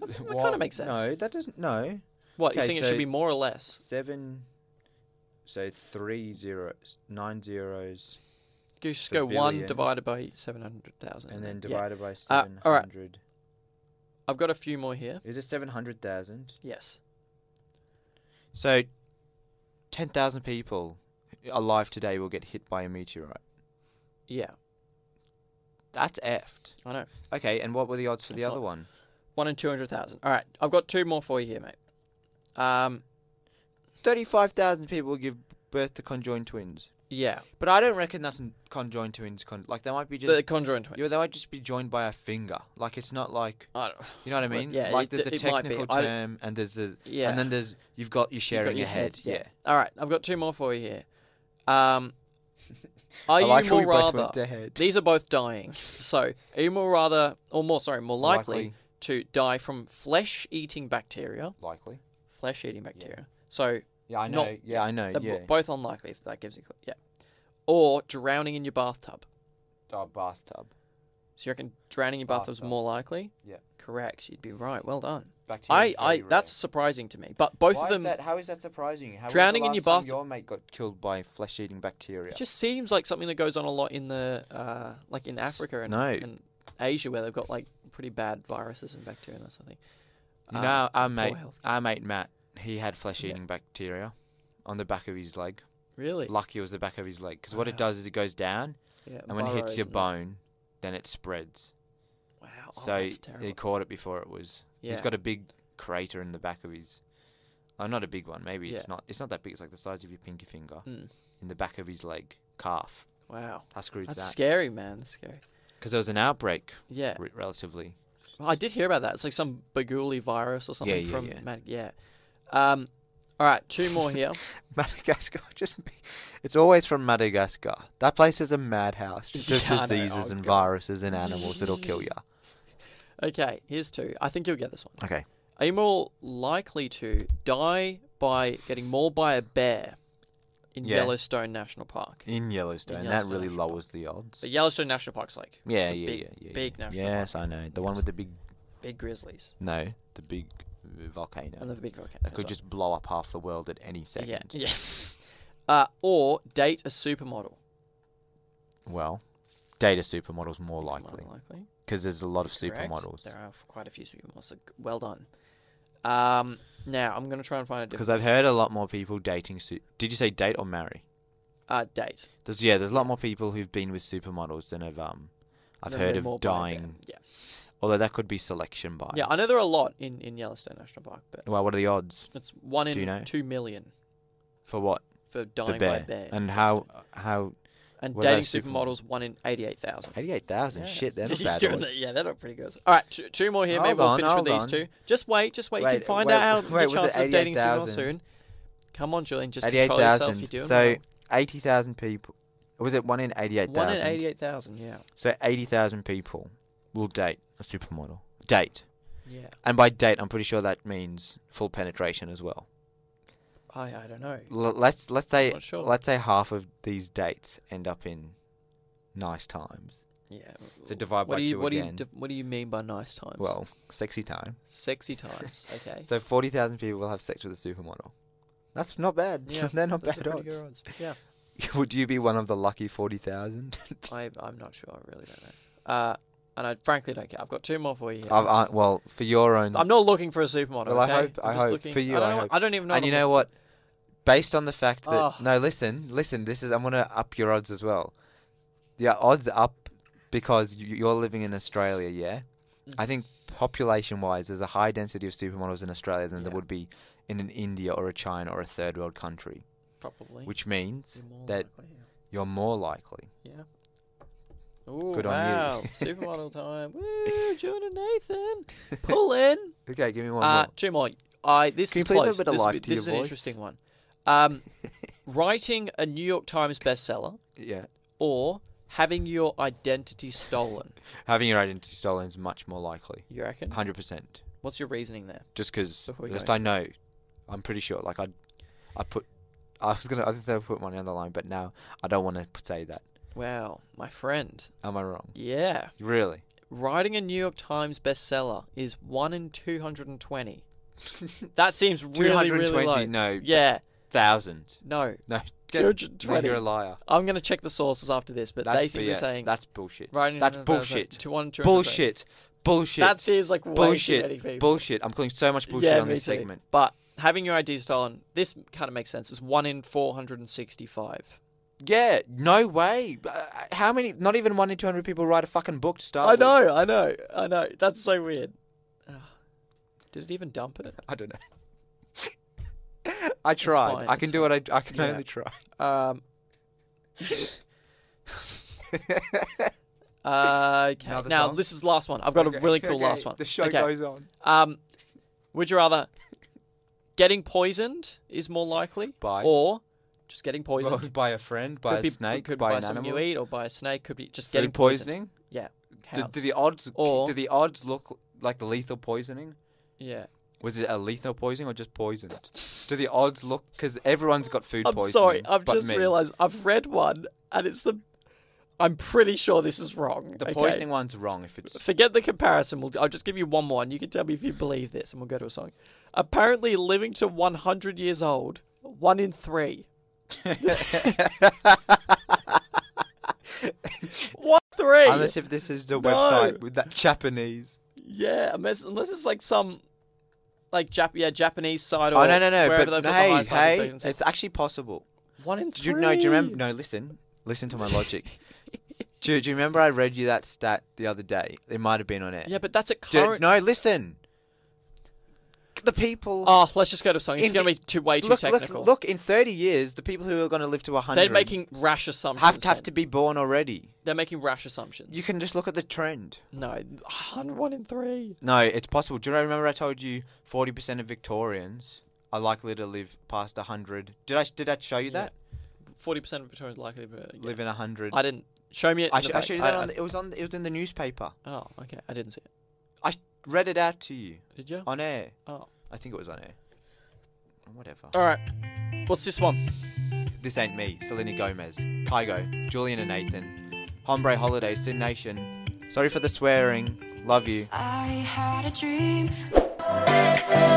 Speaker 1: That's- that
Speaker 2: Why-
Speaker 1: kinda makes sense.
Speaker 2: No, that doesn't. No.
Speaker 1: What you
Speaker 2: Okay,
Speaker 1: think it
Speaker 2: so-
Speaker 1: should be more or less?
Speaker 2: Seven. So three zeros, nine zeros,
Speaker 1: You just
Speaker 2: The
Speaker 1: go one
Speaker 2: billion.
Speaker 1: divided by seven hundred thousand,
Speaker 2: and then
Speaker 1: yeah.
Speaker 2: divided by
Speaker 1: Uh,
Speaker 2: seven
Speaker 1: all right.
Speaker 2: hundred.
Speaker 1: I've got a few more here.
Speaker 2: Is it seven hundred thousand?
Speaker 1: Yes.
Speaker 2: So, 10,000 people alive today will get hit by a meteorite.
Speaker 1: Yeah.
Speaker 2: That's effed.
Speaker 1: I know.
Speaker 2: Okay, and what were the odds for the
Speaker 1: That's
Speaker 2: other
Speaker 1: a-
Speaker 2: one?
Speaker 1: One in two hundred thousand. All right. I've got two more for you here, mate. Um.
Speaker 2: 35,000 people will give birth to conjoined twins.
Speaker 1: Yeah.
Speaker 2: But I don't reckon that's n- conjoined twins. Con- like, they might be
Speaker 1: The
Speaker 2: just.
Speaker 1: conjoined
Speaker 2: Yeah,
Speaker 1: twins.
Speaker 2: they might just be joined by a finger. Like, it's not like.
Speaker 1: I don't,
Speaker 2: You know what I
Speaker 1: Well,
Speaker 2: mean?
Speaker 1: yeah,
Speaker 2: like,
Speaker 1: it-
Speaker 2: there's a
Speaker 1: it might be.
Speaker 2: technical
Speaker 1: I don't-
Speaker 2: term, and there's the.
Speaker 1: yeah.
Speaker 2: And then there's. You've got your
Speaker 1: You've got
Speaker 2: sharing
Speaker 1: your
Speaker 2: ahead. Yeah.
Speaker 1: All right. I've got two more for you here. Um. Are
Speaker 2: I
Speaker 1: you
Speaker 2: like how
Speaker 1: more
Speaker 2: we both
Speaker 1: rather?
Speaker 2: went ahead.
Speaker 1: These are both dying. So, are you more rather, or more sorry, more likely, to die from flesh-eating bacteria?
Speaker 2: Likely.
Speaker 1: Flesh-eating bacteria. So
Speaker 2: Yeah, I know.
Speaker 1: Not-
Speaker 2: yeah, I know.
Speaker 1: They're bo-
Speaker 2: Yeah.
Speaker 1: both unlikely if that gives you cl- yeah. Or drowning in your bathtub.
Speaker 2: Oh, bathtub.
Speaker 1: So you reckon drowning in your bathtub's
Speaker 2: Bathtub.
Speaker 1: more likely?
Speaker 2: Yeah.
Speaker 1: Correct. You'd be right. Well done.
Speaker 2: Bacteria
Speaker 1: I,
Speaker 2: is very
Speaker 1: I
Speaker 2: rare.
Speaker 1: that's surprising to me. But both
Speaker 2: Why
Speaker 1: of
Speaker 2: is
Speaker 1: them
Speaker 2: that- how is that surprising? How was the
Speaker 1: Drowning in your
Speaker 2: last time
Speaker 1: bath-
Speaker 2: Your mate got killed by flesh-eating bacteria.
Speaker 1: it just seems like something that goes on a lot in the uh, like in Africa and,
Speaker 2: no.
Speaker 1: and Asia where they've got like pretty bad viruses and bacteria and that sort of thing.
Speaker 2: you
Speaker 1: Um,
Speaker 2: know,
Speaker 1: poor
Speaker 2: our mate,
Speaker 1: health.
Speaker 2: our mate Matt, he had flesh-eating bacteria on the back of his leg.
Speaker 1: Really?
Speaker 2: Lucky it was the back of his leg, because what it
Speaker 1: Wow.
Speaker 2: does is it goes down,
Speaker 1: Yeah,
Speaker 2: and when it hits
Speaker 1: burrows
Speaker 2: your
Speaker 1: and-
Speaker 2: bone, then it spreads.
Speaker 1: Wow. Oh,
Speaker 2: so
Speaker 1: that's
Speaker 2: he,
Speaker 1: terrible.
Speaker 2: caught it before it was.
Speaker 1: yeah.
Speaker 2: He's got a big crater in the back of his. Oh, not a big one. Maybe
Speaker 1: Yeah.
Speaker 2: it's not. It's not that big. It's like the size of your pinky finger
Speaker 1: Mm.
Speaker 2: in the back of his leg, calf.
Speaker 1: Wow.
Speaker 2: I screwed
Speaker 1: That's
Speaker 2: that
Speaker 1: scary, man. That's scary.
Speaker 2: because there was an outbreak,
Speaker 1: Yeah.
Speaker 2: re- relatively.
Speaker 1: Well, I did hear about that. It's like some Baguli virus or something
Speaker 2: yeah,
Speaker 1: from
Speaker 2: yeah.
Speaker 1: Mad- yeah. Um, all right, two more here.
Speaker 2: Madagascar. Just be- it's always from Madagascar. That place is a madhouse, just of
Speaker 1: Yeah, I know.
Speaker 2: diseases
Speaker 1: Oh,
Speaker 2: and
Speaker 1: God.
Speaker 2: viruses and animals that'll kill you.
Speaker 1: okay, here's two. I think you'll get this one.
Speaker 2: Okay.
Speaker 1: Are you more likely to die by getting mauled by a bear in
Speaker 2: Yeah.
Speaker 1: Yellowstone National Park?
Speaker 2: In
Speaker 1: Yellowstone
Speaker 2: Yellowstone, that really
Speaker 1: National
Speaker 2: lowers the odds.
Speaker 1: So Yellowstone National Park's like
Speaker 2: yeah, yeah,
Speaker 1: the big-
Speaker 2: yeah, yeah,
Speaker 1: big
Speaker 2: yeah.
Speaker 1: national
Speaker 2: Yes, I know the one
Speaker 1: Yes.
Speaker 2: with the big
Speaker 1: big grizzlies
Speaker 2: no, the big uh, volcano
Speaker 1: and the big volcano.
Speaker 2: that
Speaker 1: as
Speaker 2: could
Speaker 1: well.
Speaker 2: just blow up half the world at any second.
Speaker 1: yeah, yeah. Uh, or date a supermodel.
Speaker 2: Well, data supermodels more
Speaker 1: More
Speaker 2: likely because there's a lot of
Speaker 1: Correct.
Speaker 2: supermodels.
Speaker 1: There are quite a few supermodels. so g- Well done. Um, now I'm gonna try and find a different
Speaker 2: Because I've heard a lot more people dating. Su- Did you say date or marry?
Speaker 1: uh, date.
Speaker 2: There's yeah, there's a lot more people who've been with supermodels than have um I've
Speaker 1: Then
Speaker 2: heard
Speaker 1: they're
Speaker 2: of
Speaker 1: more by then.
Speaker 2: dying.
Speaker 1: Yeah,
Speaker 2: Although that could be selection bias.
Speaker 1: yeah. I know there are a lot in, in Yellowstone National Park, but
Speaker 2: Well, what are the odds
Speaker 1: it's one in
Speaker 2: Do you know?
Speaker 1: two million
Speaker 2: for what
Speaker 1: for dying
Speaker 2: the
Speaker 1: by
Speaker 2: bear?
Speaker 1: a bear.
Speaker 2: And how how
Speaker 1: and
Speaker 2: what about
Speaker 1: dating
Speaker 2: supermodels?
Speaker 1: supermodels, one in eighty-eight thousand.
Speaker 2: eighty-eight thousand? Shit, they're not bad odds.
Speaker 1: Yeah, they're not pretty good. All right, two, two more here. Maybe
Speaker 2: Hold
Speaker 1: we'll
Speaker 2: on,
Speaker 1: finish with
Speaker 2: hold
Speaker 1: these two.
Speaker 2: on.
Speaker 1: Just wait, just wait. you
Speaker 2: Wait,
Speaker 1: can find
Speaker 2: wait,
Speaker 1: out
Speaker 2: wait, was
Speaker 1: the
Speaker 2: it
Speaker 1: chances of dating someone
Speaker 2: 88,000?
Speaker 1: soon. Come on, Julian, just control yourself.
Speaker 2: 88,000.
Speaker 1: You're doing
Speaker 2: So 80,000 people. Was it one in
Speaker 1: well. one in
Speaker 2: 88,000?
Speaker 1: eighty-eight thousand. Yeah,
Speaker 2: So 80,000 people will date a supermodel. Date.
Speaker 1: yeah.
Speaker 2: And by date, I'm pretty sure that means full penetration as well.
Speaker 1: I I don't know.
Speaker 2: L- let's let's say
Speaker 1: Not sure.
Speaker 2: let's say half of these dates end up in nice times.
Speaker 1: Yeah.
Speaker 2: So divide
Speaker 1: what
Speaker 2: by
Speaker 1: do you
Speaker 2: two
Speaker 1: what do
Speaker 2: again.
Speaker 1: you d- what do you mean by nice times?
Speaker 2: Well, sexy time.
Speaker 1: sexy times. Okay.
Speaker 2: So forty thousand people will have sex with a supermodel. That's not bad.
Speaker 1: Yeah,
Speaker 2: They're not
Speaker 1: those are
Speaker 2: bad
Speaker 1: pretty good
Speaker 2: odds.
Speaker 1: odds. Yeah.
Speaker 2: Would you be one of the lucky forty thousand?
Speaker 1: I, I'm not sure. I really don't know. Uh, and I frankly don't care. I've got two more for you. Here.
Speaker 2: I've I, well, for your own.
Speaker 1: I'm not looking for a supermodel.
Speaker 2: Well, I
Speaker 1: okay?
Speaker 2: hope-
Speaker 1: I'm
Speaker 2: I
Speaker 1: just
Speaker 2: hope.
Speaker 1: looking-
Speaker 2: For you,
Speaker 1: I don't,
Speaker 2: I
Speaker 1: know,
Speaker 2: hope.
Speaker 1: I don't even know.
Speaker 2: and
Speaker 1: what
Speaker 2: you
Speaker 1: I'm
Speaker 2: know what? based on the fact that
Speaker 4: Oh.
Speaker 2: no, listen, listen. This is I'm gonna up your odds as well. The odds are up because you- you're living in Australia. Yeah, I think population-wise, there's a high density of supermodels in Australia than there
Speaker 1: Yeah.
Speaker 2: would be in an India or a China or a third world country,
Speaker 1: Probably.
Speaker 2: which means
Speaker 1: You're more
Speaker 2: that
Speaker 1: likely,
Speaker 2: you're more likely.
Speaker 1: yeah. Yeah. Ooh,
Speaker 2: Good on you.
Speaker 1: wow. Supermodel time. Woo, Jordan Nathan. Pull in.
Speaker 2: Okay, give me one
Speaker 1: Uh,
Speaker 2: more.
Speaker 1: two more. I this
Speaker 2: Can
Speaker 1: is
Speaker 2: you please have a
Speaker 1: close.
Speaker 2: bit of
Speaker 1: this
Speaker 2: life
Speaker 1: bit-
Speaker 2: to
Speaker 1: this
Speaker 2: your
Speaker 1: is an
Speaker 2: voice?
Speaker 1: interesting one. Um, writing a New York Times bestseller
Speaker 2: Yeah,
Speaker 1: or having your identity stolen.
Speaker 2: having your identity stolen is much more likely.
Speaker 1: You reckon?
Speaker 2: Hundred percent.
Speaker 1: What's your reasoning there?
Speaker 2: just because
Speaker 1: Before we
Speaker 2: just
Speaker 1: go
Speaker 2: I know, I'm pretty sure. Like I, I put, I was gonna, I was gonna put money on the line, but now I don't want to say that.
Speaker 1: Wow, my friend.
Speaker 2: Am I wrong?
Speaker 1: Yeah.
Speaker 2: Really?
Speaker 1: Writing a New York Times bestseller is 1 in 220. that seems really, really low.
Speaker 2: No,
Speaker 1: Yeah.
Speaker 2: thousand.
Speaker 1: No.
Speaker 2: No,
Speaker 1: Two
Speaker 2: get,
Speaker 1: hundred and
Speaker 2: no,
Speaker 1: twenty.
Speaker 2: you're a liar.
Speaker 1: I'm going to check the sources after this, but
Speaker 2: That's
Speaker 1: they seem to
Speaker 2: BS.
Speaker 1: be saying
Speaker 2: that's bullshit.
Speaker 1: writing
Speaker 2: That's
Speaker 1: a-
Speaker 2: bullshit.
Speaker 1: To 1 in 220.
Speaker 2: Bullshit. Bullshit.
Speaker 1: That seems like way
Speaker 2: bullshit.
Speaker 1: too many people.
Speaker 2: bullshit. I'm calling so much bullshit
Speaker 1: yeah,
Speaker 2: on
Speaker 1: me
Speaker 2: this
Speaker 1: too.
Speaker 2: segment.
Speaker 1: But having your ID stolen, this kind of makes sense. It's 1 in 465.
Speaker 2: Yeah, no way. Uh, how many? Not even one in two hundred people write a fucking book to start.
Speaker 1: I
Speaker 2: with.
Speaker 1: know, I know, I know. That's so weird. Ah. Did it even dump it?
Speaker 2: I don't know. I tried.
Speaker 1: fine,
Speaker 2: I can
Speaker 1: it's
Speaker 2: do what I. I can
Speaker 1: Yeah.
Speaker 2: only try.
Speaker 1: Um, Uh, okay.
Speaker 2: Another
Speaker 1: now
Speaker 2: song?
Speaker 1: this is the last one. I've got a really cool
Speaker 2: Okay,
Speaker 1: last one.
Speaker 2: The show
Speaker 1: okay.
Speaker 2: goes on.
Speaker 1: Um, would you rather getting poisoned is more likely,
Speaker 2: By-
Speaker 1: or just getting poisoned?
Speaker 2: by a friend, by
Speaker 1: could be
Speaker 2: a snake,
Speaker 1: could
Speaker 2: by,
Speaker 1: be
Speaker 2: an
Speaker 1: something
Speaker 2: animal.
Speaker 1: you eat, or by a snake. Could be just
Speaker 2: Food
Speaker 1: getting poisoned.
Speaker 2: poisoning.
Speaker 1: Yeah.
Speaker 2: Do,
Speaker 1: cows.
Speaker 2: do the odds?
Speaker 1: Or-
Speaker 2: do the odds look like lethal poisoning?
Speaker 1: yeah.
Speaker 2: Was it a lethal poisoning or just poisoned? do the odds look? Because everyone's got food
Speaker 1: I'm
Speaker 2: poisoning.
Speaker 1: sorry. I've
Speaker 2: but
Speaker 1: just
Speaker 2: me.
Speaker 1: realised I've read one, and it's the. I'm pretty sure this is wrong.
Speaker 2: the
Speaker 1: okay?
Speaker 2: poisoning one's wrong. If it's
Speaker 1: Forget the comparison. We'll, I'll just give you one more, and you can tell me if you believe this, and we'll go to a song. Apparently, living to 100 years old, one in three. one in three.
Speaker 2: unless if this is the website with that Japanese.
Speaker 1: yeah, unless, unless it's like some, like Jap- yeah, Japanese side or
Speaker 2: oh no no no!
Speaker 1: wherever
Speaker 2: But
Speaker 1: they put the
Speaker 2: hey
Speaker 1: highest likelihood
Speaker 2: hey,
Speaker 1: pregnancy.
Speaker 2: it's actually possible.
Speaker 1: one in
Speaker 2: Do
Speaker 1: three.
Speaker 2: you, no, do you remember? No, listen, listen to my logic. do, do you remember I read you that stat the other day? It might have been on it.
Speaker 1: Yeah, but that's at
Speaker 2: Do-
Speaker 1: current.
Speaker 2: no, listen. The people.
Speaker 1: Oh, let's just go to a song. It's
Speaker 2: In-
Speaker 1: going to be too way too
Speaker 2: look, look,
Speaker 1: technical.
Speaker 2: look! In thirty years, the people who are going to live to hundred
Speaker 1: They're making rash assumptions.
Speaker 2: have to have
Speaker 1: then.
Speaker 2: to be born already.
Speaker 1: They're making rash assumptions.
Speaker 2: You can just look at the trend.
Speaker 1: No, one in three.
Speaker 2: No, it's possible. Do you remember I told you forty percent of Victorians are likely to live past hundred? Did I did I show you
Speaker 1: Yeah.
Speaker 2: that?
Speaker 1: Forty percent of Victorians likely to yeah.
Speaker 2: Live in hundred.
Speaker 1: I didn't show me it.
Speaker 2: I,
Speaker 1: in the
Speaker 2: sh- I
Speaker 1: back.
Speaker 2: showed you that.
Speaker 1: I-
Speaker 2: on the, it was on. It was in the newspaper.
Speaker 1: I- oh, okay. I didn't see it.
Speaker 2: I sh- read it out to you
Speaker 1: Did you?
Speaker 2: on air.
Speaker 1: Oh.
Speaker 2: I think it was on air. Whatever.
Speaker 1: All right. What's this one?
Speaker 2: This Ain't Me, Selena Gomez, Kygo, Julian and Nathan, Hombre Holiday, Sin Nation. Sorry for the swearing. Love you.
Speaker 5: I had a dream.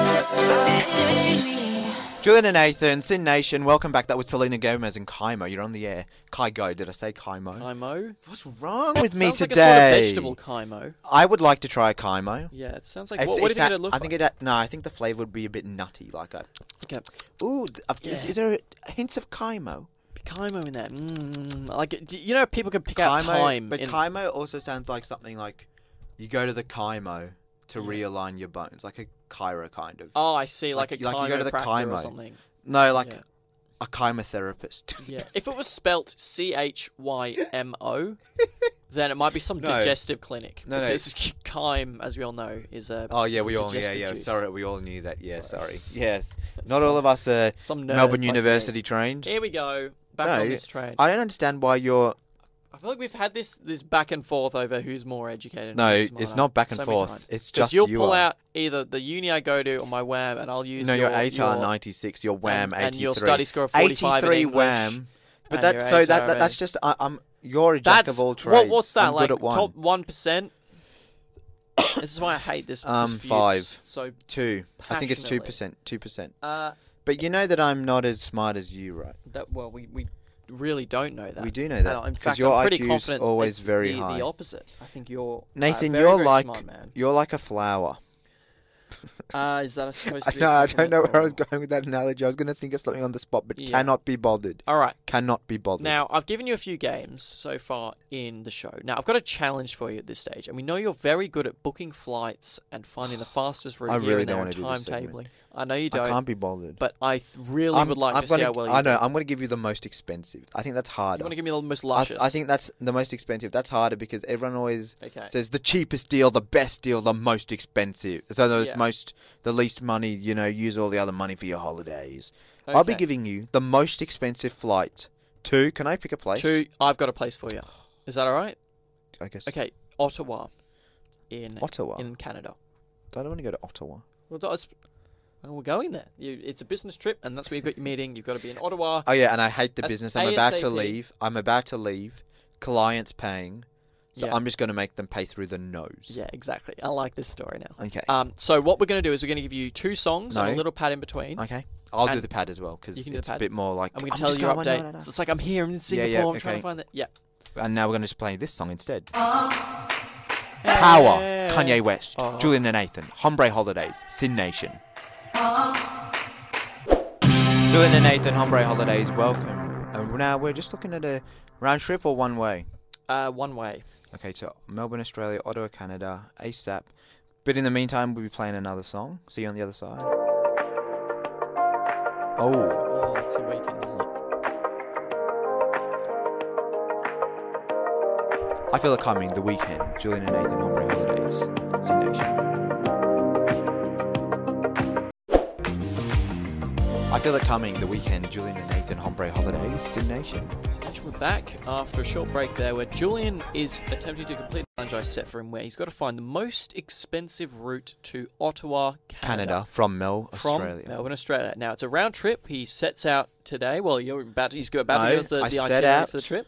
Speaker 5: It me.
Speaker 2: Julian and Nathan, Sin Nation, welcome back. That was Selena Gomez and Kymo. You're on the air. Kygo, did I say Kymo?
Speaker 1: Kymo.
Speaker 2: What's wrong with me
Speaker 1: Sounds Like a
Speaker 2: today?
Speaker 1: sort of vegetable Kymo.
Speaker 2: I would like to try a Kymo.
Speaker 1: Yeah, it sounds like.
Speaker 2: It's-
Speaker 1: what, what do you
Speaker 2: it's
Speaker 1: think
Speaker 2: a-
Speaker 1: it look
Speaker 2: I
Speaker 1: like?
Speaker 2: think it. No, I think the flavour would be a bit nutty. Like a.
Speaker 1: Okay.
Speaker 2: Ooh, th- I've- is,
Speaker 1: Yeah.
Speaker 2: is there a hint of Kymo?
Speaker 1: Kymo in there. Mm, I like it. Do you know, people can pick out
Speaker 2: Kaimo-
Speaker 1: time.
Speaker 2: But
Speaker 1: in,
Speaker 2: Kaimo also sounds like something like you go to the Kaimo to
Speaker 1: Yeah.
Speaker 2: realign your bones, like a Cairo kind of.
Speaker 1: oh, I see. Like,
Speaker 2: like-
Speaker 1: a
Speaker 2: like you go to the
Speaker 1: chiropractor or
Speaker 2: Kymo.
Speaker 1: something.
Speaker 2: no, like
Speaker 1: yeah.
Speaker 2: a chimotherapist.
Speaker 1: Yeah. If it was spelt C H Y M O, then it might be some
Speaker 2: No.
Speaker 1: digestive clinic.
Speaker 2: No, no.
Speaker 1: because chyme, as we all know, is uh, a.
Speaker 2: oh yeah,
Speaker 1: is a
Speaker 2: we all yeah
Speaker 1: digestive
Speaker 2: yeah.
Speaker 1: juice.
Speaker 2: Sorry, we all knew that. Yeah,
Speaker 1: Sorry.
Speaker 2: sorry. Yes, not all of us are
Speaker 1: Some nerds
Speaker 2: Melbourne
Speaker 1: like me.
Speaker 2: University trained.
Speaker 1: Here we go. Back
Speaker 2: No,
Speaker 1: on this train. I,
Speaker 2: I don't understand why you're.
Speaker 1: feel like we've had this this back and forth over who's more educated. and
Speaker 2: No,
Speaker 1: who's
Speaker 2: it's
Speaker 1: smarter
Speaker 2: not back and
Speaker 1: so many times.
Speaker 2: forth. It's
Speaker 1: 'Cause
Speaker 2: just
Speaker 1: you'll
Speaker 2: you
Speaker 1: pull
Speaker 2: are.
Speaker 1: out either the uni I go to or my wham, and I'll use
Speaker 2: No,
Speaker 1: your,
Speaker 2: your ATAR
Speaker 1: your-
Speaker 2: ninety six, your
Speaker 1: and-
Speaker 2: Wham
Speaker 1: and
Speaker 2: eighty three,
Speaker 1: your study score of 45 in
Speaker 2: eighty three
Speaker 1: English,
Speaker 2: Wham. But
Speaker 1: and
Speaker 2: that
Speaker 1: your
Speaker 2: so that,
Speaker 1: ATAR
Speaker 2: that that's just I, I'm you're a jack
Speaker 1: That's
Speaker 2: of all
Speaker 1: what-
Speaker 2: trades.
Speaker 1: what's that
Speaker 2: I'm
Speaker 1: like?
Speaker 2: Good at one.
Speaker 1: Top one percent. this is why I hate this. this
Speaker 2: Um,
Speaker 1: feud
Speaker 2: five.
Speaker 1: So,
Speaker 2: Two. I think it's two
Speaker 1: Passionately.
Speaker 2: percent. Two percent.
Speaker 1: uh,
Speaker 2: But you know that I'm not as smart as you, right?
Speaker 1: that well, we we really don't know that.
Speaker 2: We do know
Speaker 1: And
Speaker 2: that,
Speaker 1: In
Speaker 2: 'cause
Speaker 1: fact,
Speaker 2: your
Speaker 1: I'm pretty
Speaker 2: IQ 's
Speaker 1: confident.
Speaker 2: always
Speaker 1: it's
Speaker 2: very
Speaker 1: the,
Speaker 2: high.
Speaker 1: The opposite. I think you're uh,
Speaker 2: Nathan,
Speaker 1: very,
Speaker 2: you're
Speaker 1: very
Speaker 2: like
Speaker 1: smart man.
Speaker 2: you're like a flower.
Speaker 1: Uh, is that supposed to be?
Speaker 2: no, I
Speaker 1: equivalent
Speaker 2: don't know where I
Speaker 1: or-
Speaker 2: was going with that analogy. I was going to think of something on the spot, but
Speaker 1: Yeah.
Speaker 2: cannot be bothered.
Speaker 1: All right.
Speaker 2: Cannot be bothered.
Speaker 1: Now, I've given you a few games so far in the show. Now, I've got a challenge for you at this stage, and we know you're very good at booking flights and finding the fastest route
Speaker 2: I
Speaker 1: here
Speaker 2: really
Speaker 1: and there
Speaker 2: don't
Speaker 1: and
Speaker 2: wanna do this
Speaker 1: timetabling.
Speaker 2: segment.
Speaker 1: I know you
Speaker 2: I
Speaker 1: don't,
Speaker 2: can't be bothered.
Speaker 1: but I th- really
Speaker 2: I'm-
Speaker 1: would like
Speaker 2: I'm
Speaker 1: to
Speaker 2: gonna,
Speaker 1: see how well you
Speaker 2: I know.
Speaker 1: do.
Speaker 2: I'm going to give you the most expensive. I think that's
Speaker 1: You
Speaker 2: harder.
Speaker 1: want to give me the most
Speaker 2: I,
Speaker 1: luscious?
Speaker 2: th- I think that's the most expensive. That's harder because everyone always
Speaker 1: Okay.
Speaker 2: says the cheapest deal, the best deal, the most expensive. So the
Speaker 1: Yeah.
Speaker 2: most, the least money. You know, use all the other money for your holidays. I'll be
Speaker 1: Okay.
Speaker 2: giving you the most expensive flight to. Can I pick a place?
Speaker 1: two. I've got a place for you. Is that all right?
Speaker 2: I guess.
Speaker 1: Okay, Ottawa, in
Speaker 2: Ottawa.
Speaker 1: in Canada.
Speaker 2: I don't want to go to Ottawa.
Speaker 1: Well, that's, well, we're going there. You, it's a business trip, and that's where you've got your meeting. You've got to be in Ottawa.
Speaker 2: Oh yeah, and I hate the
Speaker 1: That's
Speaker 2: business. I'm about to
Speaker 1: ASAP.
Speaker 2: leave. I'm about to leave. Clients paying, so
Speaker 1: Yeah.
Speaker 2: I'm just going to make them pay through the nose.
Speaker 1: Yeah, exactly. I like this story now.
Speaker 2: Okay.
Speaker 1: Um, so what we're going to do is we're going to give you two songs and a
Speaker 2: No.
Speaker 1: little pad in between.
Speaker 2: okay. I'll do
Speaker 1: and-
Speaker 2: the pad as well because
Speaker 1: You can do the
Speaker 2: it's a
Speaker 1: pad.
Speaker 2: bit more like.
Speaker 1: I'm going
Speaker 2: "I'm
Speaker 1: to tell
Speaker 2: just
Speaker 1: you
Speaker 2: going- no,
Speaker 1: update.
Speaker 2: no, no."
Speaker 1: So it's like I'm here in Singapore.
Speaker 2: yeah,
Speaker 1: I'm trying to
Speaker 2: okay.
Speaker 1: find that. Yeah.
Speaker 2: And now we're going to just play this song instead. Power, Kanye West,
Speaker 1: Oh.
Speaker 2: Julian and Nathan, Hombre Holidays, Sin Nation. Julian and Nathan, Hombre Holidays, welcome. And now we're just looking at a round trip or one way.
Speaker 1: Uh, one way.
Speaker 2: Okay, so Melbourne, Australia, Ottawa, Canada, ASAP. But in the meantime, we'll be playing another song. See you on the other side. Oh.
Speaker 1: Oh, it's a weekend, isn't it?
Speaker 2: I feel like I'm in the weekend. Julian and Nathan on break holidays. It's in Nation. I feel like coming the weekend, Julian and Nathan Hombre Holidays, Sin Nation.
Speaker 1: So actually, we're back after a short break there, where Julian is attempting to complete the challenge I set for him, where he's got to find the most expensive route to Ottawa,
Speaker 2: Canada, from Mel,
Speaker 1: from
Speaker 2: Australia.
Speaker 1: Melbourne, Australia. Now it's a round trip. He sets out today. Well, you're about to, he's about to
Speaker 2: No,
Speaker 1: give us the,
Speaker 2: I
Speaker 1: the
Speaker 2: set
Speaker 1: itinerary
Speaker 2: out-
Speaker 1: for the trip.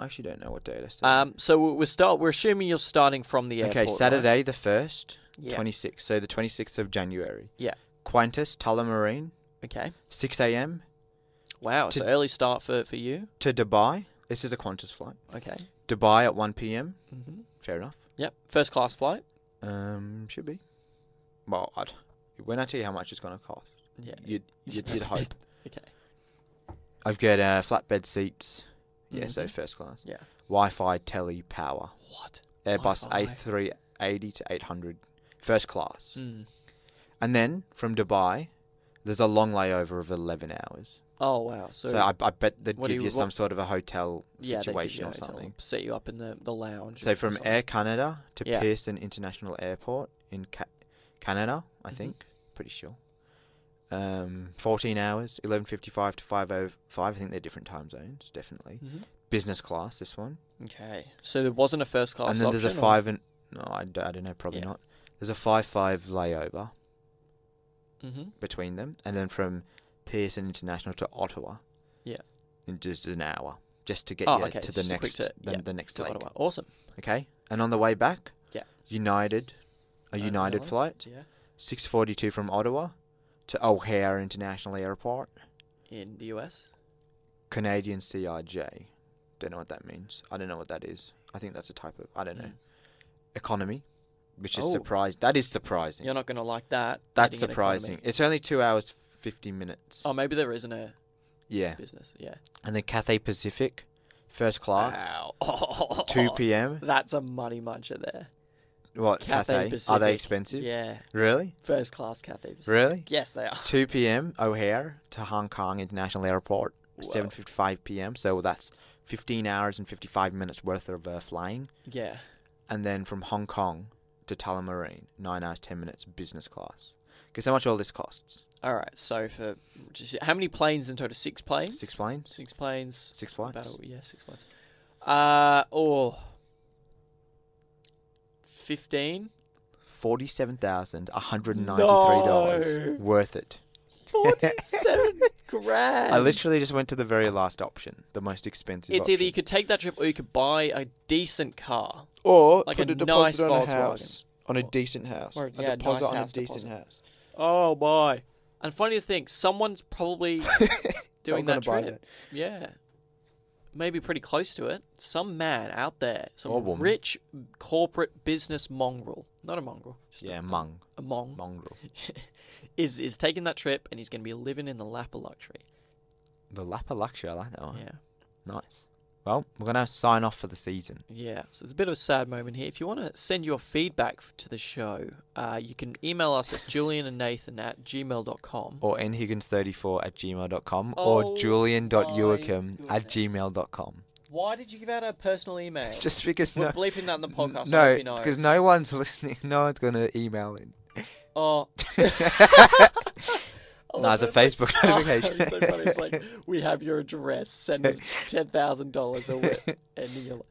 Speaker 2: I actually don't know what date I started.
Speaker 1: Um, so we- we're start. We're assuming you're starting from the airport.
Speaker 2: okay,
Speaker 1: right?
Speaker 2: Saturday the 1st,
Speaker 1: Yeah.
Speaker 2: 26th, so the 26th of January.
Speaker 1: Yeah.
Speaker 2: Qantas, Tullamarine,
Speaker 1: Okay.
Speaker 2: 6 a.m.
Speaker 1: Wow, it's
Speaker 2: To-
Speaker 1: an early start for for you.
Speaker 2: to Dubai. This is a Qantas flight.
Speaker 1: Okay.
Speaker 2: Dubai at 1 p.m.
Speaker 1: hmm
Speaker 2: Fair enough.
Speaker 1: Yep. First class flight.
Speaker 2: Um, should be. Well, I'd, when I tell you how much it's going to cost,
Speaker 1: Yeah.
Speaker 2: you'd, you'd, you'd hope.
Speaker 1: Okay.
Speaker 2: I've got uh, flatbed seats. Yeah, so
Speaker 1: Mhm.
Speaker 2: first class.
Speaker 1: Yeah.
Speaker 2: Wi-Fi, tele, power.
Speaker 1: What?
Speaker 2: Airbus
Speaker 1: Wi-Fi.
Speaker 2: A380 to 800, first class.
Speaker 1: Mm.
Speaker 2: And then from Dubai, there's a long layover of 11 hours.
Speaker 1: Oh wow. So,
Speaker 2: So, I, I bet they'd
Speaker 1: what do
Speaker 2: give you,
Speaker 1: you- what-
Speaker 2: some sort of a hotel
Speaker 1: yeah, they
Speaker 2: situation or something.
Speaker 1: Set you up in the the lounge.
Speaker 2: So
Speaker 1: or
Speaker 2: from
Speaker 1: something.
Speaker 2: Air Canada to
Speaker 1: Yeah.
Speaker 2: Pearson International Airport in Ca- Canada, I
Speaker 1: Mhm.
Speaker 2: think, pretty sure. Um, 14 hours, 11:55 to 5:05. I think they're different time zones, definitely.
Speaker 1: Mhm.
Speaker 2: Business class, this one.
Speaker 1: Okay. So there wasn't a first class.
Speaker 2: and then there's a
Speaker 1: option, or-
Speaker 2: five and no, I, d- I don't know, probably
Speaker 1: Yeah.
Speaker 2: not. There's a five-five layover
Speaker 1: Mhm.
Speaker 2: between them, and then from Pearson International to Ottawa.
Speaker 1: Yeah.
Speaker 2: in just an hour, just to get
Speaker 1: Oh,
Speaker 2: you
Speaker 1: okay,
Speaker 2: to the
Speaker 1: just a quick
Speaker 2: next,
Speaker 1: to-
Speaker 2: the,
Speaker 1: yeah,
Speaker 2: the next
Speaker 1: To
Speaker 2: lake.
Speaker 1: Ottawa. Awesome.
Speaker 2: Okay, and on the way back,
Speaker 1: Yeah.
Speaker 2: United, a
Speaker 1: Uh,
Speaker 2: United
Speaker 1: Airlines,
Speaker 2: flight,
Speaker 1: Yeah.
Speaker 2: 6:42 from Ottawa to O'Hare International Airport,
Speaker 1: In the US.
Speaker 2: Canadian CRJ. Don't know what that means. I don't know what that is. I think that's a type of I don't know.
Speaker 1: Mm.
Speaker 2: Economy, which is
Speaker 1: Oh.
Speaker 2: surprise. That is surprising.
Speaker 1: You're not going to like that.
Speaker 2: that's
Speaker 1: getting an economy.
Speaker 2: surprising. It's only two hours fifty minutes.
Speaker 1: Oh, maybe there isn't a
Speaker 2: Yeah,
Speaker 1: business. Yeah.
Speaker 2: and then Cathay Pacific, first class,
Speaker 1: Wow.
Speaker 2: two p.m.
Speaker 1: That's a money muncher there.
Speaker 2: What Cathay? Are
Speaker 1: Pacific.
Speaker 2: they expensive?
Speaker 1: Yeah.
Speaker 2: Really?
Speaker 1: First class Cathay. Pacific.
Speaker 2: Really?
Speaker 1: Yes, they are.
Speaker 2: 2 p.m. O'Hare to Hong Kong International Airport,
Speaker 1: Whoa.
Speaker 2: 7:55 p.m. So that's 15 hours and 55 minutes worth of uh, flying,
Speaker 1: Yeah.
Speaker 2: and then from Hong Kong to Tullamarine, nine hours 10 minutes business class. Guess how much all this costs?
Speaker 1: All right. So for just, how many planes in total? Six planes.
Speaker 2: Six planes,
Speaker 1: Six planes.
Speaker 2: six flights.
Speaker 1: Battle. Yeah, six planes. Uh or fifteen.
Speaker 2: Forty-seven thousand one hundred ninety-three dollars.
Speaker 1: No.
Speaker 2: Worth it.
Speaker 1: Forty-seven grand.
Speaker 2: I literally just went to the very last option, the most expensive.
Speaker 1: It's either
Speaker 2: option.
Speaker 1: you could take that trip or you could buy a decent car.
Speaker 2: or
Speaker 1: like put a a nice deposit on a Volkswagen. house,
Speaker 2: on a decent house,
Speaker 1: Or, A yeah, deposit nice on a house decent deposit.
Speaker 2: house.
Speaker 1: Oh my! And funny to think, someone's probably doing that trip. Yeah, maybe pretty close to it, some man out there, some
Speaker 2: Or woman.
Speaker 1: rich corporate business mongrel, not a mongrel, just
Speaker 2: Yeah, mung.
Speaker 1: a, a mong,
Speaker 2: Mongrel.
Speaker 1: is is taking that trip and he's going to be living in the lap of luxury.
Speaker 2: The Lapa Luxury, I like that one.
Speaker 1: Yeah,
Speaker 2: Nice. Well, we're going to sign off for the season.
Speaker 1: yeah. So it's a bit of a sad moment here. If you want to send your feedback f- to the show, uh, you can email us at Julian and Nathan at gmail.com.
Speaker 2: Or nhiggins34 at gmail.com
Speaker 1: Hmm. Oh
Speaker 2: or
Speaker 1: my
Speaker 2: julian.uacum at
Speaker 1: goodness.
Speaker 2: gmail.com.
Speaker 1: Why did you give out a personal email?
Speaker 2: Just because
Speaker 1: We're
Speaker 2: no,
Speaker 1: bleeping that in the podcast. I
Speaker 2: no,
Speaker 1: hope you know.
Speaker 2: because no one's listening. No one's going to email in.
Speaker 1: Oh.
Speaker 2: No, it's a Facebook notification.
Speaker 1: it's Oh, so funny. It's like, we have your address. Send us $10,000 or we're ending your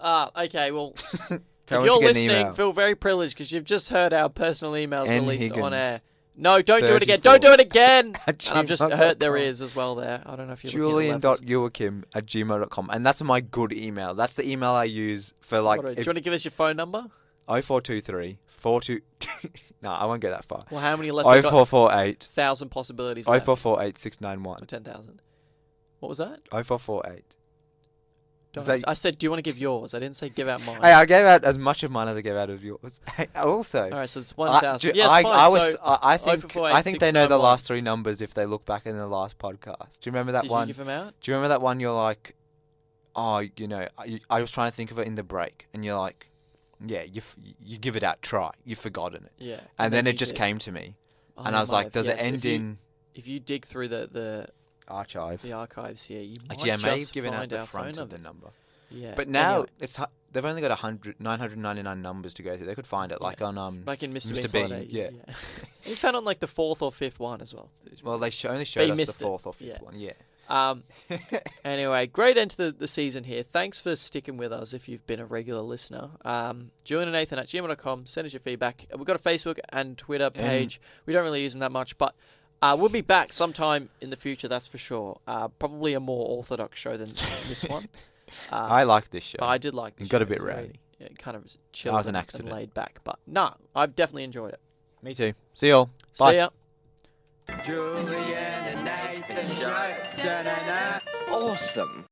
Speaker 1: Ah, okay, well, if
Speaker 2: Tell
Speaker 1: you're
Speaker 2: me to get an
Speaker 1: listening,
Speaker 2: email.
Speaker 1: feel very privileged because you've just heard our personal emails
Speaker 2: N.
Speaker 1: released on
Speaker 2: Higgins.
Speaker 1: air. No, don't do it again. Don't do it again. and
Speaker 2: At
Speaker 1: I've just hurt their
Speaker 2: gmail.com.
Speaker 1: ears as well there. I don't know if you're looking at the levels.
Speaker 2: julian.uacum at gmail.com. And that's my good email. That's the email I use for like
Speaker 1: What are- Do
Speaker 2: if-
Speaker 1: you want to give us your phone number?
Speaker 2: 0423 42. No, I won't get that far.
Speaker 1: Well, how many left? We've got
Speaker 2: 0448
Speaker 1: 1,000 possibilities left.
Speaker 2: 0448
Speaker 1: Or
Speaker 2: 691.
Speaker 1: 10,000. What was that?
Speaker 2: 0448.
Speaker 1: Don't-
Speaker 2: Zay-
Speaker 1: I said, do you want to give yours? I didn't say give out mine.
Speaker 2: Hey, I gave out as much of mine as I gave out of yours. Hey, also,
Speaker 1: All right, so it's
Speaker 2: I-
Speaker 1: 1,000.
Speaker 2: ju-
Speaker 1: Yes,
Speaker 2: I,
Speaker 1: fine.
Speaker 2: I was.
Speaker 1: so,
Speaker 2: I, I think.
Speaker 1: 0448
Speaker 2: I think they know the
Speaker 1: 691.
Speaker 2: last three numbers if they look back in the last podcast. Do you remember that
Speaker 1: did
Speaker 2: one?
Speaker 1: you give them out?
Speaker 2: Do you remember that one? You're like, oh, you know, I, I was trying to think of it in the break, and you're like, yeah, you f- you give it out. Try. You've forgotten it,
Speaker 1: Yeah.
Speaker 2: and, then,
Speaker 1: you
Speaker 2: it just
Speaker 1: did.
Speaker 2: came to me,
Speaker 1: Oh,
Speaker 2: and
Speaker 1: you
Speaker 2: I was
Speaker 1: might
Speaker 2: like,
Speaker 1: have,
Speaker 2: does it
Speaker 1: yes,
Speaker 2: end
Speaker 1: if you,
Speaker 2: in
Speaker 1: If you dig through the, the,
Speaker 2: archive?
Speaker 1: the archives here, you might
Speaker 2: Actually, I may have
Speaker 1: just
Speaker 2: given out
Speaker 1: find
Speaker 2: the
Speaker 1: our
Speaker 2: front
Speaker 1: phone
Speaker 2: of the
Speaker 1: numbers.
Speaker 2: number.
Speaker 1: Yeah.
Speaker 2: But now
Speaker 1: anyway,
Speaker 2: it's hu- they've only got 100, 999 numbers to go through. They could find it like
Speaker 1: Yeah.
Speaker 2: on um.
Speaker 1: like in Mr.
Speaker 2: Mr.
Speaker 1: Bean's
Speaker 2: Bean,
Speaker 1: Holiday,
Speaker 2: yeah.
Speaker 1: you found on like the fourth or fifth one as well.
Speaker 2: Well, they sh- only
Speaker 1: They
Speaker 2: showed us
Speaker 1: missed it.
Speaker 2: the fourth or fifth
Speaker 1: Yeah.
Speaker 2: one. Yeah.
Speaker 1: Um, anyway, great end to the, the season here. Thanks for sticking with us if you've been a regular listener. Um, Julian and Nathan at gmail.com. Send us your feedback. We've got a Facebook and Twitter page. we don't really use them that much, but uh, we'll be back sometime in the future, that's for sure. Uh, probably a more orthodox show than this one. Uh,
Speaker 2: I like this show.
Speaker 1: but I did like the
Speaker 2: It got a
Speaker 1: show.
Speaker 2: bit
Speaker 1: It was very-
Speaker 2: rowdy.
Speaker 1: Yeah, kind of chilled
Speaker 2: was an
Speaker 1: and-
Speaker 2: accident.
Speaker 1: and laid back. But nah, I've definitely enjoyed it.
Speaker 2: Me too. See y'all. Bye.
Speaker 1: See ya.
Speaker 4: Julian and Nathan show. Da-da-da. Awesome.